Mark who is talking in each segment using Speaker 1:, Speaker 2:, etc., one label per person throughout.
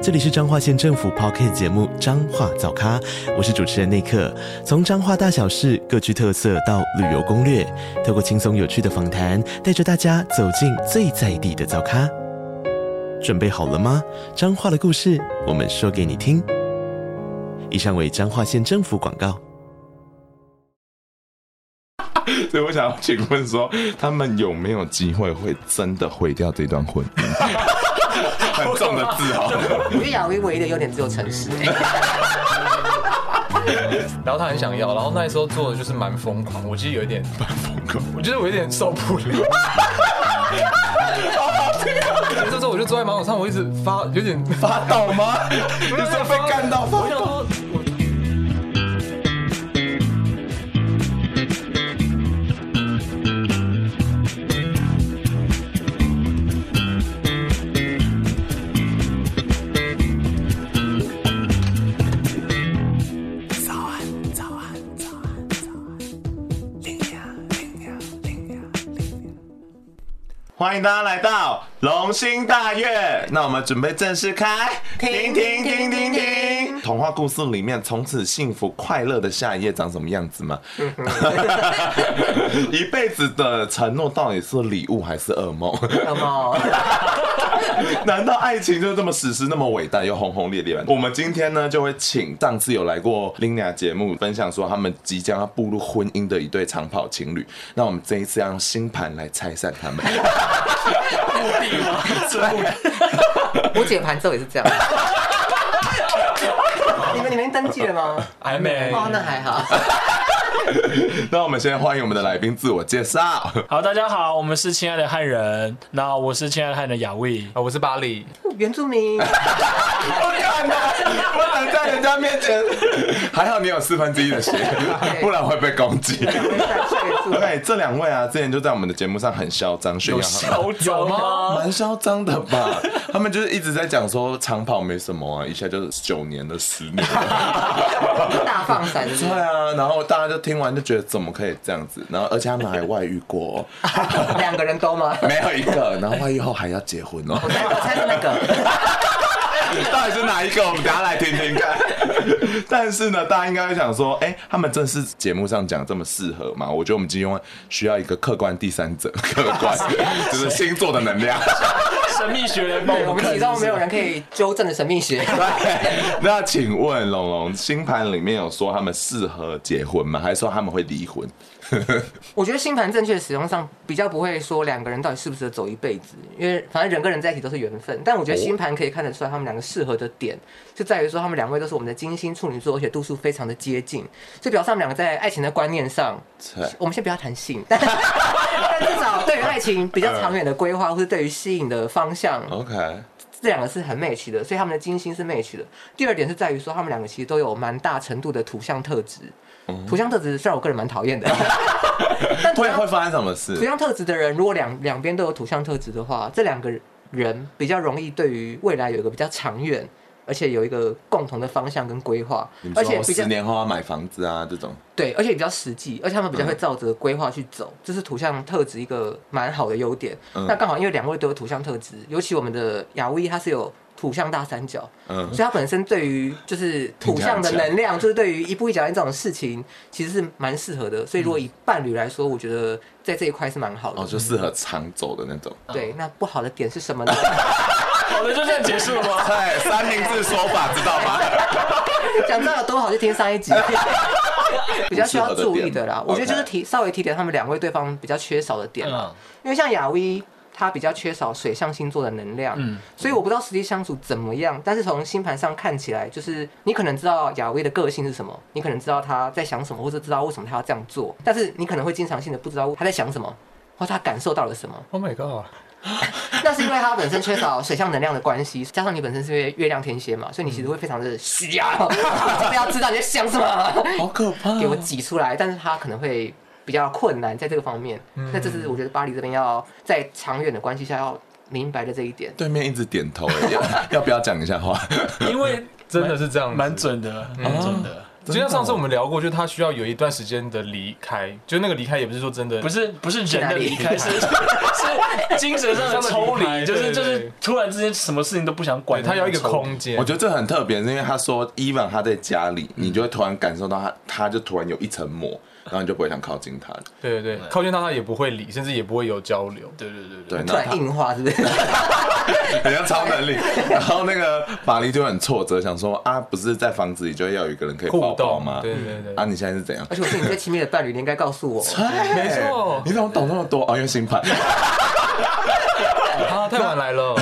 Speaker 1: 这里是彰化县政府 p o c k t 节目《彰化早咖》，我是主持人内克。从彰化大小事各具特色到旅游攻略，透过轻松有趣的访谈，带着大家走进最在地的早咖。准备好了吗？彰化的故事，我们说给你听。以上为彰化县政府广告。
Speaker 2: 所以我想要请问说，他们有没有机会会真的毁掉这段婚姻？ 很重的字哦，
Speaker 3: 我觉得亚云唯一的优点只有诚 实、哎
Speaker 4: 然后他很想要，然后那时候做的就是蛮疯狂，我其实有一点，
Speaker 2: 疯狂。
Speaker 4: 我觉得我有点受不了。这时候我就坐在马桶上，我一直发有点发抖吗？ 你
Speaker 2: 说被干到发抖
Speaker 4: 我想说，
Speaker 2: 欢迎大家来到龙兴大院，那我们准备正式开。停停停停停！童话故事里面，从此幸福快乐的下一页长什么样子 吗？一辈子的承诺到底是礼物还是噩梦？
Speaker 3: 那么
Speaker 2: 难道爱情就这么史诗、那么伟大又轰轰烈烈吗？我们今天呢，就会请上次有来过 Lina 节目分享说他们即将要步入婚姻的一对长跑情侣。那我们这一次要用星盘来拆散他 们，
Speaker 3: 我姐盘之后也是这样。 你们你们登记了吗？
Speaker 4: 还没。
Speaker 3: 哦，那还好。
Speaker 2: 那我们先欢迎我们的来宾自我介绍。
Speaker 5: 好，大家好，我们是亲爱的汉人。那我是亲爱的汉人雅卫，
Speaker 4: 啊我是巴黎，
Speaker 3: 原住 民，
Speaker 2: 不敢啊！不能在人家面前。还好你有四分之一的血， 不然会被攻 击。OK，这两位啊，之前就在我们的节目上很嚣张炫耀他们。
Speaker 4: 有
Speaker 3: 哦
Speaker 4: 吗？
Speaker 2: 蛮嚣张的吧？ 他们就是一直在讲说长跑没什么啊，一下就是九年的、十年的。
Speaker 3: 大放闪是
Speaker 2: 对
Speaker 3: 吗？
Speaker 2: 啊，然后大家就听完就觉得怎么可以这样子？然后而且他们还外遇过哦、
Speaker 3: 两个人都吗？
Speaker 2: 没有一个，然后外遇后还要结婚哦、
Speaker 3: 我猜我猜是那个，
Speaker 2: 到底是哪一个？我们等下来听听看。但是呢，大家应该会想说，哎、他们正式节目上讲这么适合吗？我觉得我们今天需要一个客观第三者，客观 就是星座的能量。
Speaker 5: 神秘学联盟，
Speaker 3: 我们其中没有人可以纠正的神秘 学。
Speaker 2: 对， 那请问龙龙星盘里面有说他们适合结婚吗？还是说他们会离婚？
Speaker 3: 我觉得星盘正确的使用上，比较不会说两个人到底适不适合走一辈子，因为反正人跟人在一起都是缘分。但我觉得星盘可以看得出来，他们两个适合的点就在于说，他们两位都是我们的金星处女座，而且度数非常的接近，所以表示他们两个在爱情的观念上，我们先不要谈性， 但但至少对于爱情比较
Speaker 2: 嗯
Speaker 3: 长远的规划，或是对于吸引的方向，
Speaker 2: OK，
Speaker 3: 这两个是很 match 的，所以他们的金星是 match 的。第二点是在于说，他们两个其实都有蛮大程度的土象特质。
Speaker 2: 嗯
Speaker 3: 土象特质虽然我个人蛮 讨厌的，但土
Speaker 2: 会
Speaker 3: 象
Speaker 2: 会发生什么
Speaker 3: 土
Speaker 2: 事？
Speaker 3: 象特质的人，如果两两边都有土象特质的话，这两个人比较容易对于未来有一个比较长远，而且有一个共同的方向跟规划
Speaker 2: 你，
Speaker 3: 而且
Speaker 2: 说
Speaker 3: 比较
Speaker 2: 十年后要买房子啊，这种
Speaker 3: 对，而且比较实际，而且
Speaker 2: 嗯
Speaker 3: 他们比较会照着规划去走，这是土象特质一个蛮好的优点。
Speaker 2: 嗯
Speaker 3: 那刚好因为两位都有土象特质，尤其我们的雅威他是有土象大三角，
Speaker 2: 嗯
Speaker 3: 所以他本身对于就是
Speaker 2: 听
Speaker 3: 土
Speaker 2: 起来
Speaker 3: 象
Speaker 2: 很
Speaker 3: 的
Speaker 2: 强
Speaker 3: 能量，就是对于一步一脚印这种事情，其实是蛮适合的。所以如果以伴侣来说，我觉得在这一块是蛮好的。
Speaker 2: 嗯哦，就适合长走的那种。
Speaker 3: 对，那不好的点是什么呢？
Speaker 5: 好的，就这样结束了吗？
Speaker 2: 哎，三明治说法知道吗？
Speaker 3: 讲到有多好，就听上一集。 比较需要注意的啦，
Speaker 2: 不
Speaker 3: 我
Speaker 2: 适合的点
Speaker 3: 觉得就是提稍微提点他们两位对方比较缺少的点
Speaker 5: 嗯
Speaker 4: 嗯
Speaker 3: 啦。因为像雅威，他比较缺少水象星座的能量，所以我不知道实际相处怎么样。但是从星盘上看起来，就是你可能知道雅威的个性是什么，你可能知道他在想什么，或者知道为什么他要这样做，但是你可能会经常性的不知道他在想什么。或他感受到了什么？
Speaker 4: Oh my god！
Speaker 3: 那是因为他本身缺少水象能量的关系，加上你本身是月月亮天蝎嘛，所以你其实会非常的啊需要，就是要知道你在想什么。
Speaker 2: 嗯 好可怕
Speaker 3: 给我挤出来，但是他可能会比较困难在这个方面。
Speaker 2: 嗯
Speaker 3: 那这是我觉得巴黎这边要在长远的关系下要明白的这一 点。
Speaker 2: 对面一直点头，欸要 要不要讲一下话？
Speaker 5: 因为
Speaker 4: 真的是这样子
Speaker 5: 蛮准的，蛮准的。
Speaker 4: 就像上次我们聊过，就是他需要有一段时间的离开，就那个离开也不是说真的，
Speaker 5: 不是不是人
Speaker 3: 哪
Speaker 5: 的
Speaker 3: 里
Speaker 5: 离开，是 是精神上的
Speaker 4: 上
Speaker 5: 抽
Speaker 4: 的离开
Speaker 5: 离，就是
Speaker 4: 对对
Speaker 5: 就是
Speaker 4: 对
Speaker 5: 突然之间什么事情都不想
Speaker 4: 对
Speaker 5: 管，
Speaker 4: 他要一个
Speaker 5: 那种抽离
Speaker 4: 空。间。
Speaker 2: 我觉得这很特别，是因为他说，even 他在家里，你就会突然感受到他，他就突然有一层膜，然后你就不会想靠近他。
Speaker 4: 对对对，靠近他他也不会理，甚至也不会有交流。
Speaker 5: 对对对对，
Speaker 2: 对，
Speaker 3: 突
Speaker 2: 那
Speaker 3: 然
Speaker 2: 他
Speaker 3: 硬化是 不是？
Speaker 2: 很像超能力。 然后那个玛丽就很挫折，想说啊，不是在房子里就要有一个人可以抱
Speaker 4: 互
Speaker 2: 抱
Speaker 4: 动
Speaker 2: 吗？
Speaker 4: 对对对哎
Speaker 2: 啊，你现在是怎样？
Speaker 3: 而且我是你最亲密的伴侣，你应该告诉我。
Speaker 2: 没
Speaker 4: 错
Speaker 2: 你怎么懂那么多？哦，因为星 盘，
Speaker 4: 啊，太晚来了，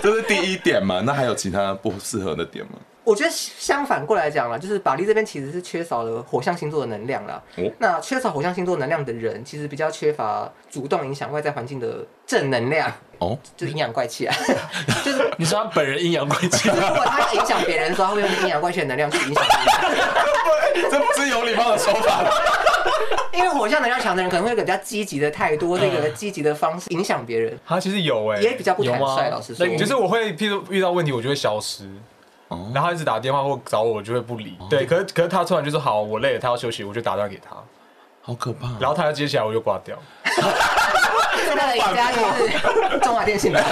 Speaker 2: 这是第一点嘛。那还有其他不适合的点吗？
Speaker 3: 我觉得相反过来讲了，就是法力这边其实是缺少了火象星座的能量啦。
Speaker 2: 哦
Speaker 3: 那缺少火象星座能量的人，其实比较缺乏主动影响外在环境的正能量，
Speaker 2: 哦，
Speaker 3: 就阴阳怪气啊。 就是
Speaker 5: 你说他本人阴阳怪气，
Speaker 3: 如果他影响别人的时候，他会用阴阳怪气的能量去影响别人。
Speaker 2: 这不是有礼貌的说法吗？
Speaker 3: 因为火象能量强的人可能会有比较积极的态度，这个积极的方式影响别人，
Speaker 4: 他其实有哎、
Speaker 3: 也比较不坦
Speaker 5: 有吗
Speaker 3: 率。老实说，
Speaker 5: 那你
Speaker 4: 就是我会，譬如遇到问题，我就会消失。
Speaker 5: 哦
Speaker 4: 然后他一直打电话或找我，我就会不理。对，可是可是他突然就说好，我累了，他要休息，我就打电话给他，
Speaker 5: 嗯
Speaker 2: 好可怕、
Speaker 4: 然后他要接起来，我就挂掉。
Speaker 3: 那 个赢家就是中华电信 的。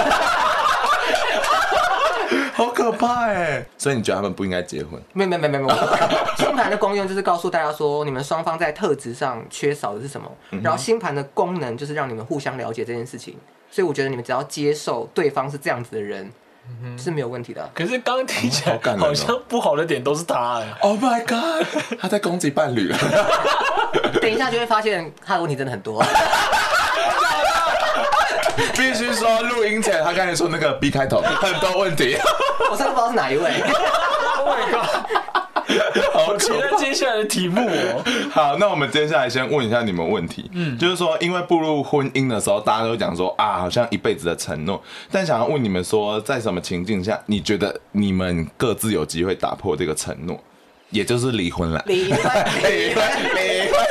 Speaker 2: 好可怕哎！所以你觉得他们不应该结婚？
Speaker 3: 没有没有没有没有没有，星盘的功用就是告诉大家说，你们双方在特质上缺少的是什么，然后星盘的功能就是让你们互相了解这件事情。所以我觉得你们只要接受对方是这样子的人，是没有问题的。
Speaker 5: 可是刚刚听起
Speaker 2: 好
Speaker 4: 嗯
Speaker 5: 来
Speaker 2: 感人哦
Speaker 5: 好像不好的点都是他哎。
Speaker 2: Oh my god！他在攻击伴侣，
Speaker 3: 等一下就会发现他的问题真的很多。
Speaker 2: 必须说录音前他刚才说那个 B 开头很多问题，
Speaker 3: 我真的不知道是哪一位。
Speaker 5: Oh my god！
Speaker 2: 好
Speaker 5: 期
Speaker 2: 可
Speaker 5: 待接下来的题目哦。
Speaker 2: 怕。好，那我们接下来先问一下你们问题，嗯，就是说，因为步入婚姻的时候，大家都讲说啊，好像一辈子的承诺，但想要问你们说，在什么情境下，你觉得你们各自有机会打破这个承诺，也就是离婚了？
Speaker 3: 离婚，
Speaker 2: 离婚，离婚，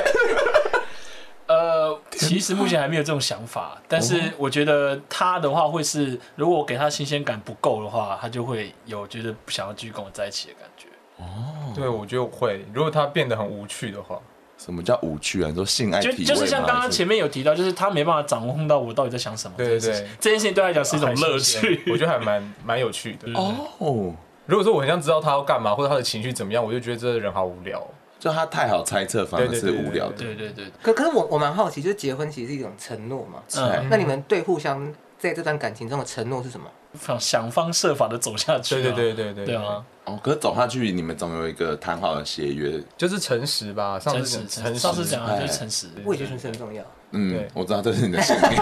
Speaker 5: 呃，其实目前还没有这种想法，但是我觉得他的话会是，如果我给他新鲜感不够的话，他就会有觉得不想要继续跟我在一起的感觉。哦
Speaker 4: 对，我觉得我会。如果他变得很无趣的话，
Speaker 2: 什么叫无趣啊？你说性爱体
Speaker 5: 就
Speaker 2: 位吗
Speaker 5: 就是像刚
Speaker 2: 还
Speaker 5: 刚前面有提到，就是他没办法掌控到我到底在想什么这
Speaker 4: 对
Speaker 5: 件
Speaker 4: 对
Speaker 5: 事情。
Speaker 4: 对哦
Speaker 5: 这件事情对他来讲是一种乐
Speaker 4: 还新鲜我
Speaker 5: 趣。嗯
Speaker 4: 觉得还蛮蛮有趣的。哦，
Speaker 2: 哦。
Speaker 4: 如果说我很想知道他要干嘛，或者他的情绪怎么样，我就觉得这个人好无聊哦。
Speaker 2: 就他太好猜测，反而是无聊的。
Speaker 5: 对对对，
Speaker 3: 可可是我我蛮好奇，就是结婚其实是一种承诺嘛？
Speaker 5: 嗯，
Speaker 3: 那你们对互相在这段感情中的承诺是什么？
Speaker 5: 想想方设法的走下去、啊。
Speaker 4: 对对对对对
Speaker 5: 对，啊，
Speaker 2: 哦，可是走下去，你们总有一个谈好的协约。
Speaker 4: 就是诚实吧。上
Speaker 5: 诚
Speaker 4: 次
Speaker 5: 实
Speaker 4: 讲
Speaker 5: 诚实，上次讲的就是诚实。
Speaker 3: 我也觉得是很重要。
Speaker 2: 嗯
Speaker 4: 对，
Speaker 2: 我知道这是你的信念，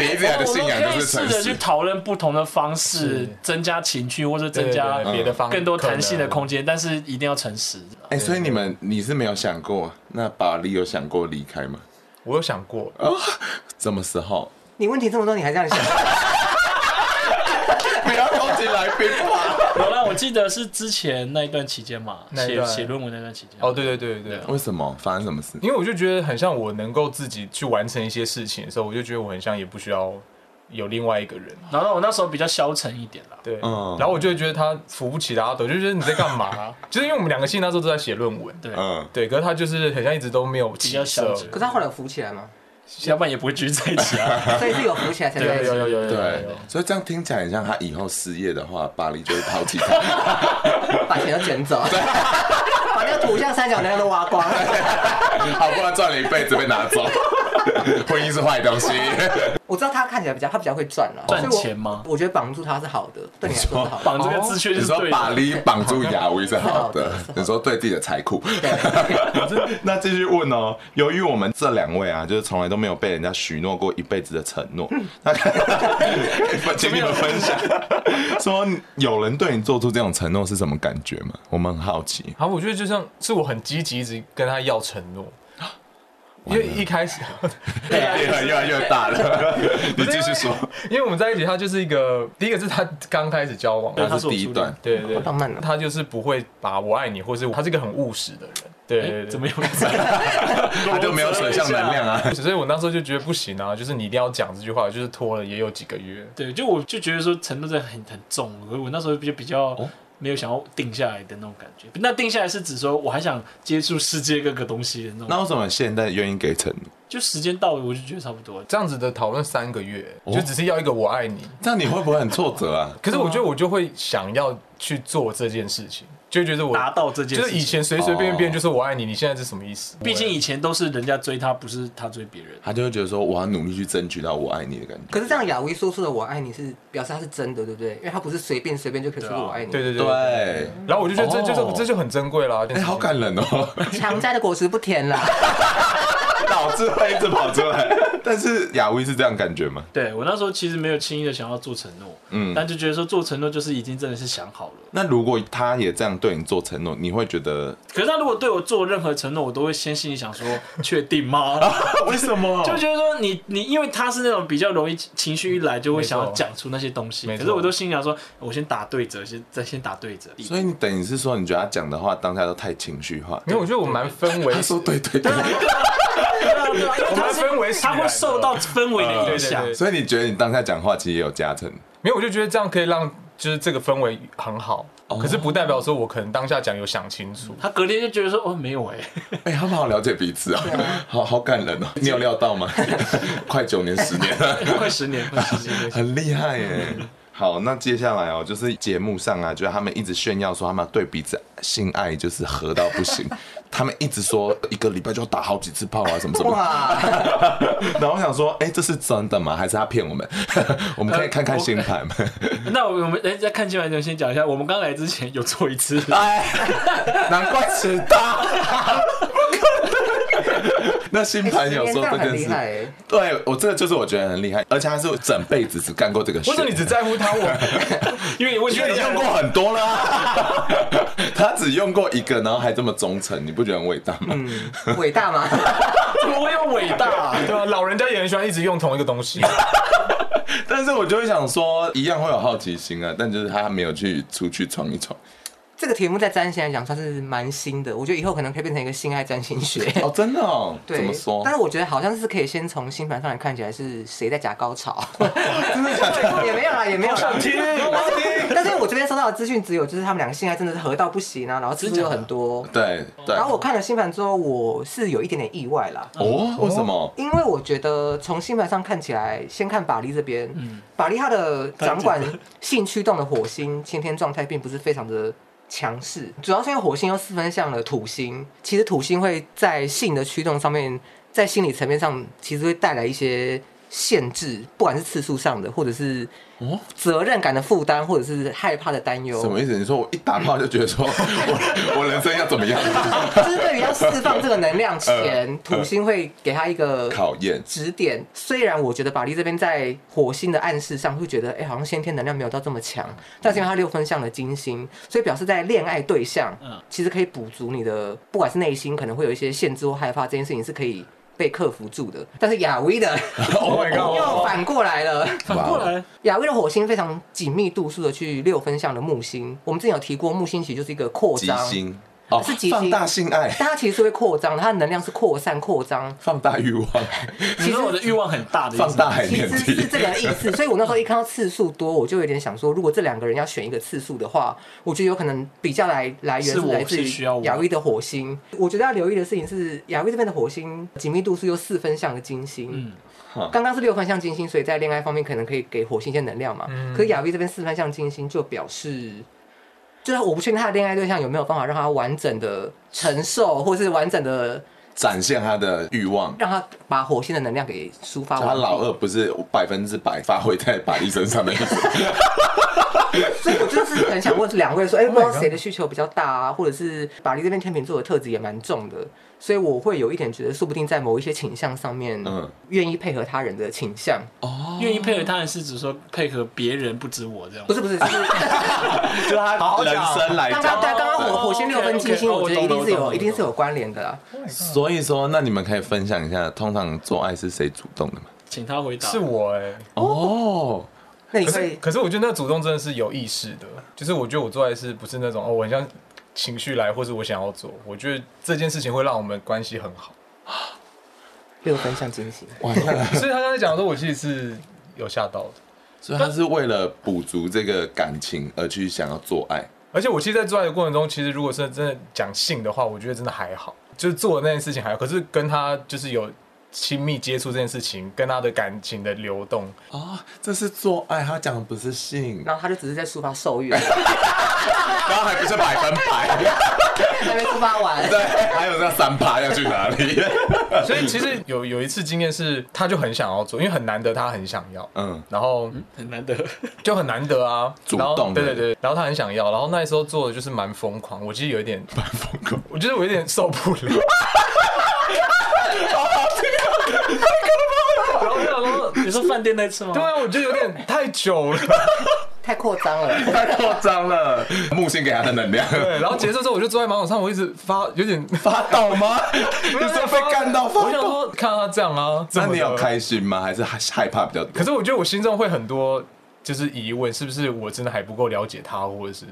Speaker 2: 你一直以来的信仰
Speaker 5: 我们可
Speaker 2: 就
Speaker 5: 以
Speaker 2: 是
Speaker 5: 试
Speaker 2: 诚
Speaker 5: 着去
Speaker 2: 实。
Speaker 5: 讨论不同的方式
Speaker 4: 是，
Speaker 5: 增加情趣或者
Speaker 4: 对
Speaker 5: 增
Speaker 4: 对
Speaker 5: 加
Speaker 4: 对别的方
Speaker 5: 更多
Speaker 4: 可能啊
Speaker 5: 弹性的空间，但是一定要诚实。
Speaker 2: 哎，所以你们你是没有想过，那巴黎有想过离开吗？
Speaker 4: 我有想过，
Speaker 5: 嗯
Speaker 2: 什么时候？
Speaker 3: 你问题这么多，你还这样 想？
Speaker 2: 不要攻击来宾啊吧？
Speaker 5: 有啦，我记得是之前那一段期间嘛，
Speaker 4: 那一
Speaker 5: 写
Speaker 4: 段
Speaker 5: 写论文那段期间。
Speaker 4: 哦，，对对对对
Speaker 5: 对啊
Speaker 4: 对，
Speaker 2: 为什么？发生什么事？
Speaker 4: 因为我就觉得很像我能够自己去完成一些事情的时候，我就觉得我很像也不需要有另外一个人。
Speaker 5: 然后我那时候比较消沉一点啦。
Speaker 4: 对，
Speaker 2: 嗯
Speaker 4: 然后我就会觉得他扶不起拉倒，就觉得你在干嘛、就是因为我们两个系那时候都在写论文，
Speaker 5: 对，
Speaker 2: 嗯，
Speaker 4: 对，可是他就是很像一直都没有
Speaker 5: 比
Speaker 4: 起
Speaker 5: 较
Speaker 4: 色
Speaker 5: 消，极
Speaker 3: 可是他后来有扶起来吗？
Speaker 5: 要不然也不会聚在一起 啊。
Speaker 3: 所以是有扶起来才
Speaker 4: 对，
Speaker 3: 在一
Speaker 4: 有
Speaker 3: 起
Speaker 4: 有。有有有
Speaker 2: 对
Speaker 4: 有，
Speaker 2: 所以这样听起来很像他以后失业的话，巴黎就会抛弃他。
Speaker 3: 把钱都卷走， 把那个土象三角能量都挖光。
Speaker 2: 好不容易赚了一辈子被拿走， 婚姻是坏东西。
Speaker 3: 我知道他看起来比较，他比较会赚了，
Speaker 5: 赚
Speaker 3: 所以我
Speaker 5: 钱吗
Speaker 3: 我觉得绑住他是好的，对你来说是好的。
Speaker 5: 绑这个字 确
Speaker 2: 哦你
Speaker 5: 实是
Speaker 2: 说
Speaker 5: 对
Speaker 2: 把
Speaker 5: 的。
Speaker 2: 梨绑住牙威是好的， 你说对自己的财库。 那继续问哦，由于我们这两位啊，就是从来都没有被人家许诺过一辈子的承诺，那 请你们分享，说有人对你做出这种承诺是什么感觉吗？我们很好奇。
Speaker 4: 好，我觉得就像是我很积极，一直跟他要承 诺，因为一开始，
Speaker 3: 对啊，
Speaker 2: 越来越来越大了，你继续说。
Speaker 4: 因为我们在一起，他就是一个第一个是他刚开始交往，
Speaker 5: 对
Speaker 2: 那是第一段
Speaker 4: 对对，
Speaker 3: 浪漫哦
Speaker 4: 他就是不会把我爱你，或是他是一个很务实的人，对
Speaker 5: 哎
Speaker 4: 对对，
Speaker 5: 怎么有这？
Speaker 2: 他就没有水象能量啊。
Speaker 4: 所以我那时候就觉得不行啊，就是你一定要讲这句话，就是拖了也有几个月。
Speaker 5: 对，就我就觉得说承诺真的很很重，我我那时候就比较
Speaker 2: 哦
Speaker 5: 没有想要定下来的那种感觉。那定下来是指说我还想接触世界各个东西的那
Speaker 2: 那
Speaker 5: 种，
Speaker 2: 为什么现在愿意给承诺？
Speaker 5: 就时间到了我就觉得差不多。
Speaker 4: 这样子的讨论三个月，
Speaker 5: 哦
Speaker 4: 就只是要一个我爱你。
Speaker 2: 这样你会不会很挫折啊？
Speaker 4: 可是我觉得
Speaker 5: 嗯
Speaker 4: 我就会想要去做这件事情，就觉得我
Speaker 5: 达到这件事
Speaker 4: 就
Speaker 5: 情
Speaker 4: 是以前随随便便
Speaker 2: 哦
Speaker 4: 便就是我爱你，你现在是什么意思？
Speaker 5: 毕竟以前都是人家追他，不是他追别人。
Speaker 2: 他就会觉得说，我要努力去争取到我爱你的感觉。
Speaker 3: 可是这样，雅维说出的“我爱你”是表示他是真的，对不对？因为他不是随便随便就可以说出我爱你。
Speaker 5: 啊
Speaker 4: 对对对。
Speaker 2: 对，
Speaker 4: 然后我就觉得这就是、
Speaker 2: 哦
Speaker 4: 这就很珍贵啦。
Speaker 2: 哎、好感人哦，
Speaker 3: 强摘的果实不甜啦。
Speaker 2: 脑子会一直跑出来。 但是雅威是这样感觉吗？
Speaker 5: 对我那时候其实没有轻易的想要做承诺，
Speaker 2: 嗯
Speaker 5: 但就觉得说做承诺就是已经真的是想好了。
Speaker 2: 那如果他也这样对你做承诺，你会觉得
Speaker 5: 可是他如果对我做任何承诺，我都会先心里想 说，确定 吗？
Speaker 2: 为什么
Speaker 5: 就觉得说你你，因为他是那种比较容易情绪一来就会想要
Speaker 4: 没错
Speaker 5: 讲出那些东西，
Speaker 4: 没
Speaker 5: 可
Speaker 4: 错
Speaker 5: 是我都心里想说，我先打对折，先再先打对 折。
Speaker 2: 所以你等于是说，你觉得他讲的话当下都太情绪化？
Speaker 4: 因为我觉得我蛮氛围
Speaker 2: 他，说对对对，
Speaker 5: 对啊对啊，因为他是
Speaker 4: 我们氛围起来
Speaker 5: 他
Speaker 4: 了
Speaker 5: 会受到氛围的影响
Speaker 4: 对对。
Speaker 2: 所以你觉得你当下讲话其实也有加成，
Speaker 4: 没有我就觉得这样可以让就是这个氛围很好，
Speaker 5: 哦
Speaker 4: 可是不代表说我可能当下讲有想清楚。
Speaker 5: 他隔天就觉得说，哦，没有哎、
Speaker 2: 哎、他们好了解彼此啊，好好感人哦。你有料到 吗？快九年十年了。
Speaker 5: 快十年，快 十年，
Speaker 2: 很厉害耶。 好，那接下来哦，就是节目上啊，就是他们一直炫耀说他们对彼此性爱就是合到不行，他们一直说一个礼拜就要打好几次炮啊，什么什么的。
Speaker 3: 哇，
Speaker 2: 然后我想说，哎、这是真的吗？还是他骗我们？ 我们可以看看星盘吗？
Speaker 5: 那我们哎，在看今晚之前先讲一下，我们刚来之前有做 一次，
Speaker 2: 哎， 难怪迟到。 那星
Speaker 3: 哎
Speaker 2: 盘有说这
Speaker 3: 很
Speaker 2: 件
Speaker 3: 厉
Speaker 2: 事，
Speaker 3: 害欸，
Speaker 2: 对我这个就是我觉得很厉害，而且他是整辈子只干过这个事。
Speaker 4: 为什么你只在乎他我？
Speaker 5: 因为你问
Speaker 2: 因为你用 过很多了啊、 他只用过一个，然后还这么忠诚，你不觉得很伟大吗？
Speaker 3: 嗯，伟大吗？
Speaker 5: 怎么会有伟大、
Speaker 4: 对啊，老人家也很喜欢一直用同一个东西。
Speaker 2: 但是我就会想说，一样会有好奇心啊，但就是他没有去出去闯一闯。
Speaker 3: 这个题目在占星来讲算是蛮新的，我觉得以后可能可以变成一个性爱占星学。
Speaker 2: 哦，真的哦，
Speaker 3: 对，
Speaker 2: 怎么说
Speaker 3: 但？是我觉得好像是可以先从星盘上来看起来是谁在假高潮， 真的假的？也没有啦，也没有啦。
Speaker 5: 听，
Speaker 3: 但是我这边收到的资讯只有就是他们两个性爱真的是合到不行啊，然后次数有很多。
Speaker 2: 对对。
Speaker 3: 然后我看了星盘之后，我是有一点点意外啦，
Speaker 2: 哦，为什么？
Speaker 3: 因为我觉得从星盘上看起来，先看法力这边，
Speaker 2: 嗯
Speaker 3: 法力他的掌管性驱动的火星先天状态并不是非常的强势，主要是因为火星又四分向了土星，其实土星会在性的驱动上面，在心理层面上其实会带来一些。限制，不管是次数上的，或者是责任感的负担，或者是害怕的担忧，
Speaker 2: 哦什么意 思？你说我一打炮就觉得说 我我人生要怎么样？
Speaker 3: 就是对于要释放这个能量前，
Speaker 2: 呃
Speaker 3: 土星会给他一个
Speaker 2: 考验
Speaker 3: 指点。虽然我觉得法力这边在火星的暗示上会觉得，哎、好像先天能量没有到这么强，但是因为它六分相的金星，所以表示在恋爱对象，
Speaker 5: 嗯
Speaker 3: 其实可以补足你的，不管是内心可能会有一些限制或害怕，这件事情是可以。被克服住的，但是亚威的
Speaker 2: 哦
Speaker 4: Oh my god！
Speaker 3: 又反过来了。
Speaker 5: 反过来，
Speaker 3: 亚威的火星非常紧密度数的去六分相的木星，我们之前有提过，木星其实就是一个扩
Speaker 2: 吉
Speaker 3: 张，
Speaker 2: 星哦
Speaker 3: 是吉星
Speaker 2: 放大性爱，
Speaker 3: 但它其实是会扩张的，它的能量是扩散扩张，
Speaker 2: 放大欲望，
Speaker 5: 你说我的欲望很大的意思吗
Speaker 2: 放大海
Speaker 3: 其
Speaker 2: 绵
Speaker 3: 实是
Speaker 2: 体。
Speaker 3: 这个意思。所以我那时候一看到次数多，我就有点想说，如果这两个人要选一个次数的话，我觉得有可能比较来来源
Speaker 5: 是我
Speaker 3: 来自
Speaker 5: 是
Speaker 3: 于
Speaker 5: 需要我
Speaker 3: 亚威的火星。我觉得要留意的事情是，亚威这边的火星紧密度是有四分相的金星。
Speaker 5: 嗯
Speaker 3: 刚刚是六分相金星，所以在恋爱方面可能可以给火星一些能量嘛。
Speaker 5: 嗯
Speaker 3: 可是亚威这边四分相金星就表示，就是我不确定他的恋爱对象有没有办法让他完整的承受，或是完整的
Speaker 2: 展现他的欲望。
Speaker 3: 让他把火星的能量给抒发完
Speaker 2: 他
Speaker 3: 毕。
Speaker 2: 老二不是百分之百发挥在百丽身上的意思。
Speaker 3: 所以我就是很想问两 位说，哎、
Speaker 5: Oh
Speaker 3: 不知道谁的需求比较大啊，或者是巴黎这边天秤座的特质也蛮重的，所以我会有一点觉得，说不定在某一些倾向上面，
Speaker 2: 嗯哦
Speaker 3: 嗯，愿意配合他人的倾向，
Speaker 5: 愿意配合他人是指说配合别人，不止我这样。
Speaker 3: 不是不是，就 是
Speaker 2: 就 他人生来
Speaker 3: 刚
Speaker 2: 讲，
Speaker 3: 刚对刚刚火
Speaker 5: 哦
Speaker 3: 火星六分
Speaker 5: OK，OK，
Speaker 3: 金星，
Speaker 5: 哦
Speaker 3: 我觉得一定是
Speaker 5: 我懂了我懂
Speaker 3: 有
Speaker 5: 了
Speaker 3: 一定是有关联的啦。
Speaker 2: 所以说，那你们可以分享一下，通常做爱是谁主动的吗？
Speaker 5: 请他回答。
Speaker 4: 是我哎、
Speaker 2: 哦，
Speaker 3: 那你
Speaker 4: 可是
Speaker 3: 会
Speaker 4: 可是我觉得那个主动真的是有意识的，就是我觉得我做爱是不是那种哦，我很像情绪来，或是我想要做，我觉得这件事情会让我们关系很 好。
Speaker 3: 六分像惊喜，
Speaker 4: 所以他刚才讲的时候，我其实是有吓到的。
Speaker 2: 所以他是为了补足这个感情而去想要做爱。
Speaker 4: 而且我其实，在做爱的过程中，其实如果是真的讲性的话，我觉得真的还好，就是做的那件事情还好。可是跟他就是有亲密接触这件事情，跟他的感情的流动，
Speaker 2: 哦，这是做爱，他讲的不是性，
Speaker 3: 然后他就只是在抒发兽欲，
Speaker 2: 然后还不是百分百，
Speaker 3: 还没抒发完。
Speaker 2: 对，还有那三趴要去哪 里？
Speaker 4: 所以其实有有一次经验是，他就很想要做，因为很难得他很想要，
Speaker 2: 嗯，
Speaker 4: 然后
Speaker 5: 很难得。
Speaker 4: 就很难得啊，
Speaker 2: 主
Speaker 4: 然后
Speaker 2: 动的
Speaker 4: 对对对，然后他很想要，然后那时候做的就是蛮疯狂，我其实有 一点蛮疯狂，我觉得我有点受不了。
Speaker 5: 然后我想说，你说饭店那次吗？
Speaker 4: 对啊，我觉得有点太 久了。
Speaker 3: 太扩张了，
Speaker 2: 太夸张了，木星给他的能量。
Speaker 4: 对，然后结束之后，我就坐在马桶上，我一直发有 点
Speaker 2: 发抖吗？你说被干到
Speaker 4: 我
Speaker 2: 发
Speaker 4: 想
Speaker 2: 抖？
Speaker 4: 说看到他这样啊，
Speaker 2: 那
Speaker 4: 怎么
Speaker 2: 你
Speaker 4: 的
Speaker 2: 有？开心吗？还是害害怕比较多
Speaker 4: 可？是我觉得我心中会很多就是疑问，是不是我真的还不够了解他，或者是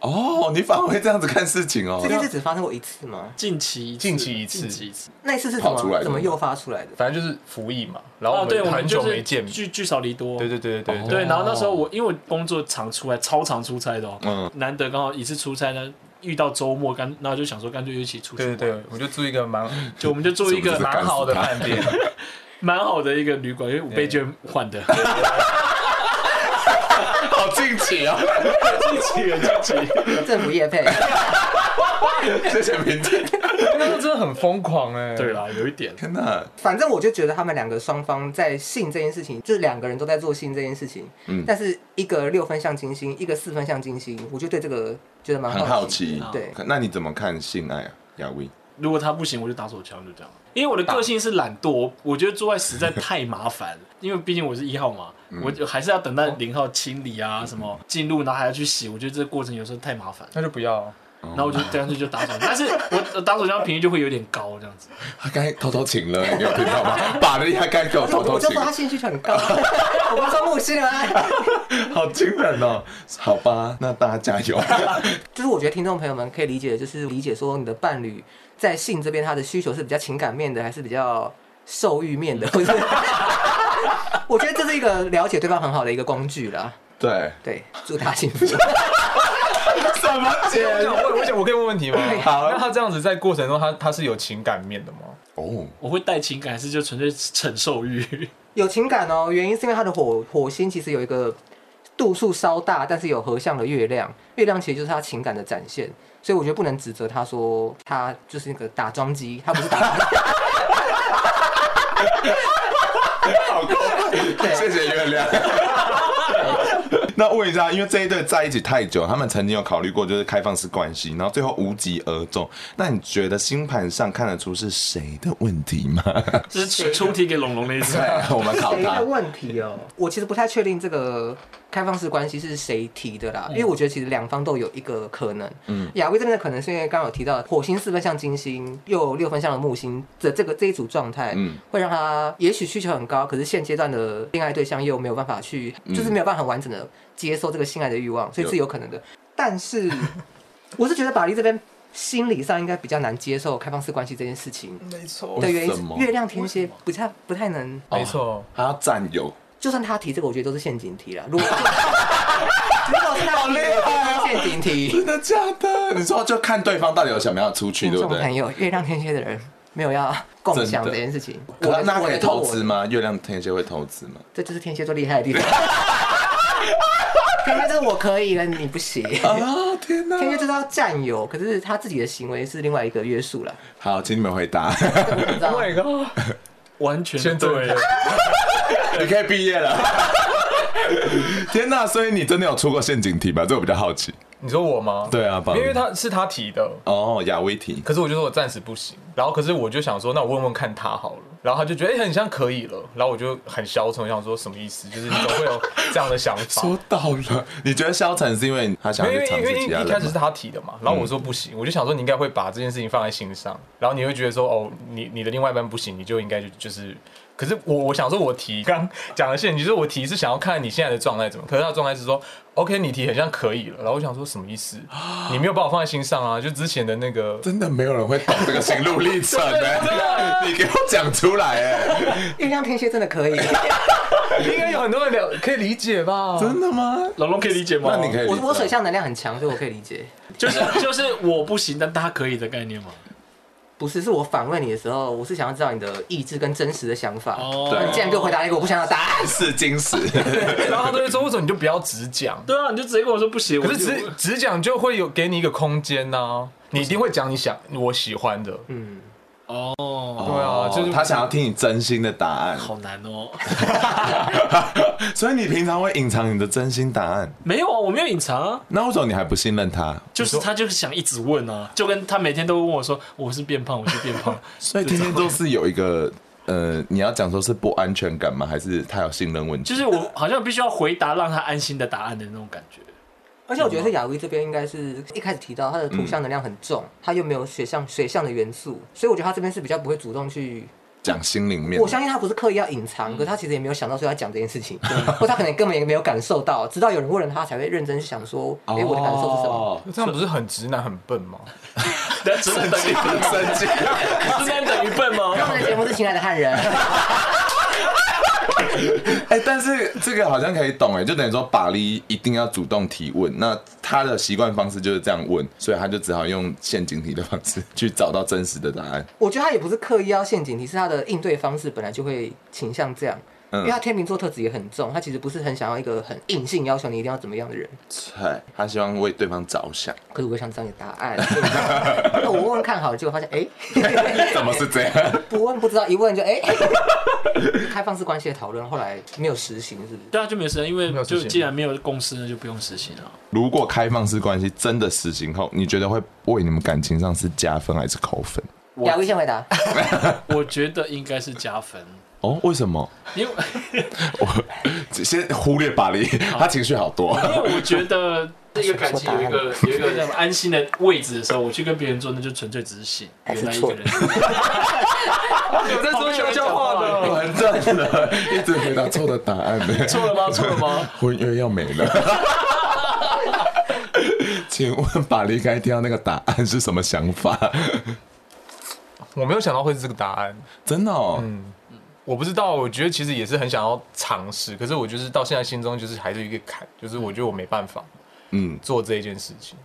Speaker 2: 哦，你反而会这样子看事情哦
Speaker 3: 这。 件事只发生过一次吗？
Speaker 5: 近期一次
Speaker 4: 近期一次
Speaker 5: 近期一次。
Speaker 3: 那一次是怎
Speaker 2: 跑出来
Speaker 3: 么
Speaker 2: 的
Speaker 3: 怎么诱发出来的？
Speaker 4: 反正就是服役嘛，然后
Speaker 5: 哦，对，我
Speaker 4: 很
Speaker 5: 们
Speaker 4: 久
Speaker 5: 就是
Speaker 4: 没见面。
Speaker 5: 聚聚少离多。
Speaker 4: 对对对对
Speaker 2: 哦
Speaker 4: 哦对
Speaker 5: 对，然后那时候我因为我工作常出差，超常出差的哦，
Speaker 2: 嗯
Speaker 5: 难得刚好一次出差呢，遇到周末干，然后就想说干脆一起出去
Speaker 4: 对对
Speaker 5: 玩，
Speaker 4: 对，我就住一个蛮
Speaker 5: 就我们就住一个
Speaker 2: 是不是
Speaker 5: 蛮
Speaker 4: 蛮好的 饭店，
Speaker 5: 蛮好的一个旅馆，因为我被券换 的，
Speaker 2: 好近期哦，
Speaker 5: 近期远近期，
Speaker 3: 政府业配，
Speaker 2: 谢谢明天。
Speaker 4: 那时候真的很疯狂哎。
Speaker 5: 对 啦，有一点，
Speaker 2: 天哪，
Speaker 3: 反正我就觉得他们两个双方在性这件事情，就是两个人都在做性这件事情，
Speaker 2: 嗯
Speaker 3: 但是一个六分像金星，一个四分像金星，我就对这个觉得蛮
Speaker 2: 很好奇。
Speaker 3: 对，
Speaker 2: 那你怎么看性爱啊，亚威？
Speaker 5: 如果他不行，我就打手枪，就这样。因为我的个性是懒惰，我我觉得做爱实在太麻烦了，因为毕竟我是一号嘛，我就还是要等待零号清理啊，什么进入，然后还要去洗，我觉得这个过程有时候太麻烦，
Speaker 4: 那就不要。
Speaker 5: 然后我就干脆就打手枪，但是我打手枪频率就会有点高，这样子。
Speaker 2: 他刚才偷偷请了，你有听到吗？ 把人家刚才给我偷偷
Speaker 3: 我就
Speaker 2: 请
Speaker 3: 说，他兴趣很高，我不说木星啊。
Speaker 2: 好惊人哦！好吧，那大家加 油。
Speaker 3: 就是我觉得听众朋友们可以理解，就是理解说你的伴侣在性这边他的需求是比较情感面的，还是比较兽欲面的，
Speaker 2: 嗯
Speaker 3: 或者。 我觉得这是一个了解对方很好的一个工具啦。
Speaker 2: 对，
Speaker 3: 对，祝他幸福。
Speaker 2: 什么姐？
Speaker 4: 啊我想哎问，我想我可以问问题吗？
Speaker 2: 好
Speaker 4: 那他这样子在过程中，他他是有情感面的吗？
Speaker 2: 哦，
Speaker 5: 我会带情感，还是就纯粹承受欲？
Speaker 3: 有情感哦，原因是因为他的火火星其实有一个度数稍大，但是有合相的月亮，月亮其实就是他情感的展现，所以我觉得不能指责他说他就是那个打桩机，他不是打桩机，
Speaker 2: 好过分，谢谢月亮。 那问一下，因为这一对在一起太久，他们曾经有考虑过就是开放式关系，然后最后无疾而终。那你觉得星盘上看得出是谁的问题吗？
Speaker 5: 这是出题给龙龙那一次
Speaker 2: 对。，我们考
Speaker 3: 谁
Speaker 2: 他
Speaker 3: 的。问题哦？我其实不太确定这个开放式关系是谁提的啦，因为我觉得其实两方都有一个可能。嗯，亚威这边的可能是因为刚刚有提到火星四分像金星，又有六分像的木星的这个这一组状态，
Speaker 2: 嗯
Speaker 3: 嗯，会让他也许需求很高，可是现阶段的恋爱对象又没有办法去，就是没有办法很完整的接受这个性爱的欲望，所以是有可能的。但 是我是觉得法力这边。心理上应该比较难接受开放式关系这件事情
Speaker 4: 没错，
Speaker 3: 的原因
Speaker 2: 为
Speaker 3: 是
Speaker 2: 什么，
Speaker 3: 月亮天蝎不太不太能
Speaker 4: 没错。
Speaker 2: 他要占有，
Speaker 3: 就算他提这个，我觉得都是陷阱题了。如果 如果是他提这个，都是陷阱题。
Speaker 2: 真的假的？你说就看对方到底有想不想出去，
Speaker 3: 听
Speaker 2: 对
Speaker 3: 众
Speaker 2: 不
Speaker 3: 朋
Speaker 2: 对？
Speaker 3: 友，月亮天蝎的人没有要共享
Speaker 2: 真的
Speaker 3: 这件事情。我
Speaker 2: 可
Speaker 3: 的
Speaker 2: 那
Speaker 3: 我
Speaker 2: 可以
Speaker 3: 的
Speaker 2: 投
Speaker 3: 我的
Speaker 2: 资吗？月亮天蝎会投资吗？
Speaker 3: 这就是天蝎座厉害的地方。天蝎就是我可以了，你不行。
Speaker 2: 啊天哪！
Speaker 3: 天蝎就是要占有，可是他自己的行为是另外一个约束了。
Speaker 2: 好，请你们回答。
Speaker 3: 这我不知道
Speaker 4: Oh my god！
Speaker 5: 完全
Speaker 4: 先对
Speaker 5: 对，
Speaker 2: 你可以毕业了。天呐！所以你真的有出过陷阱题吧？这我比较好奇。
Speaker 4: 你说我吗？
Speaker 2: 对啊，
Speaker 4: 因
Speaker 2: 宝
Speaker 4: 为他是他提的，
Speaker 2: 哦，亚威题
Speaker 4: 可是我就说我暂时不行，然后可是我就想说，那我问问看他好了，然后他就觉得哎、很像可以了，然后我就很消沉，我想说什么意思？就是你总会有这样的想法。
Speaker 2: 说到了，你觉得消沉是因为他想
Speaker 4: 没
Speaker 2: 要
Speaker 4: 有
Speaker 2: 去
Speaker 4: 因
Speaker 2: 尝
Speaker 4: 为
Speaker 2: 试
Speaker 4: 因为
Speaker 2: 其
Speaker 4: 因
Speaker 2: 他
Speaker 4: 为一开
Speaker 2: 人
Speaker 4: 始
Speaker 2: 吗
Speaker 4: 是？他提的嘛，嗯然后我说不行，我就想说你应该会把这件事情放在心上，然后你会觉得说哦，你你的另外一半不行，你就应该就就是可是我我想说，我提刚讲的陷阱，就是我提是想要看你现在的状态怎么。可是他的状态是说，OK，你提很像可以了。然后我想说什么意思？你没有把我放在心上啊？就之前的那 个，
Speaker 2: 真的没有人会懂这个心路历 程哎，你给我讲出来哎，
Speaker 3: 月亮天蝎真的可以。
Speaker 4: 应该有很多人了可以理解吧？
Speaker 2: 真的吗？
Speaker 5: 龙龙可以理解吗？
Speaker 2: 那你可以理
Speaker 3: 我
Speaker 2: 解，
Speaker 3: 我水象能量很强，所以我可以理解。
Speaker 5: 就是 就是我不行，但他可以的概念嘛。
Speaker 3: 不是，是我反问你的时候，我是想要知道你的意志跟真实的想法。
Speaker 5: 哦
Speaker 3: 那你竟然给我回答一个我不想要的答案。
Speaker 2: 是金 石，
Speaker 4: 然后他都会说，为什么你就不要只讲？
Speaker 5: 对啊，你就直接跟我说不行，
Speaker 4: 可
Speaker 5: 我
Speaker 4: 是
Speaker 5: 就
Speaker 4: 只只讲就会有给你一个空间呐、你一定会讲你想我喜欢的，
Speaker 3: 嗯，
Speaker 5: 哦，
Speaker 4: 对啊，就是
Speaker 2: 他想要听你真心的答案，
Speaker 5: 好难哦。
Speaker 2: 所以你平常会隐藏你的真心答案，
Speaker 5: 没有啊，我没有隐藏啊，
Speaker 2: 那为什么你还不信任他？
Speaker 5: 就是他就是想一直问啊，就跟他每天都问我说我是变胖，我是变胖，
Speaker 2: 所以天天都是有一个呃，你要讲说是不安全感吗？还是他有信任问题？
Speaker 5: 就是我好像必须要回答让他安心的答案的那种感觉。
Speaker 3: 而且我觉得是雅薇这边应该是一开始提到她的土象能量很重，她又没有水象水象的元素，所以我觉得她这边是比较不会主动去。
Speaker 2: 讲心里面
Speaker 3: 我，相信她不是刻意要隐藏，可是她其实也没有想到说要讲这件事情，或她可能根本也没有感受到，直到有人问了她才会认真去想说，哎、我的感受是什么？
Speaker 2: 哦？
Speaker 4: 这样不是很直男很笨吗？
Speaker 5: 但直男等于笨，
Speaker 2: 生 气，
Speaker 5: 直男等于笨
Speaker 3: 那 我
Speaker 5: 吗？
Speaker 3: 们的节目是《亲爱的汉人》，
Speaker 2: 哎、但是这个好像可以懂哎，就等于说巴黎一定要主动提问，那他的习惯方式就是这样问，所以他就只好用陷阱题的方式去找到真实的答案。
Speaker 3: 我觉得她也不是刻意要陷阱题，是她的应对方式本来就会倾向这样。因为她天秤座特质也很重，她其实不是很想要一个很硬性要求你一定要怎么样的人。
Speaker 2: 对，他希望为对方着想，
Speaker 3: 可是我想知道你的答案， 所以我就那我问问看好了，结果发现哎，
Speaker 2: 怎么是这样？
Speaker 3: 不问不知道，一问就哎。 开放式关系的讨论后来没有实行，是不是？
Speaker 5: 对啊，就没有时间，因为
Speaker 4: 没有事
Speaker 5: 就
Speaker 4: 情
Speaker 5: 既然没有共识，那就不用实行了。
Speaker 2: 如果开放式关系真的实行后，你觉得会为你们感情上是加分还是扣分？
Speaker 3: 雅薇先回答，
Speaker 5: 我觉得应该是加分，
Speaker 2: 哦，为什么？
Speaker 5: 因为
Speaker 2: 我先忽略巴黎，他情绪好多。
Speaker 5: 因为我觉得这个感情有一个有一个那种安心的位置的时候，我去跟别人做，那就纯粹只是信原来一个人。
Speaker 4: 有在说悄悄话的，
Speaker 2: 完蛋了，一直回答错的答 案，
Speaker 5: 错了 吗？错了吗？
Speaker 2: 婚约要没 了。请问巴黎刚才听到那个答案是什么想法？
Speaker 4: 我没有想到会是这个答案，
Speaker 2: 真的哦，
Speaker 4: 我不知道，我觉得其实也是很想要尝试，可是我就是到现在心中就是还是有一个坎，就是我觉得我没办法
Speaker 2: 嗯，
Speaker 4: 做这一件事情。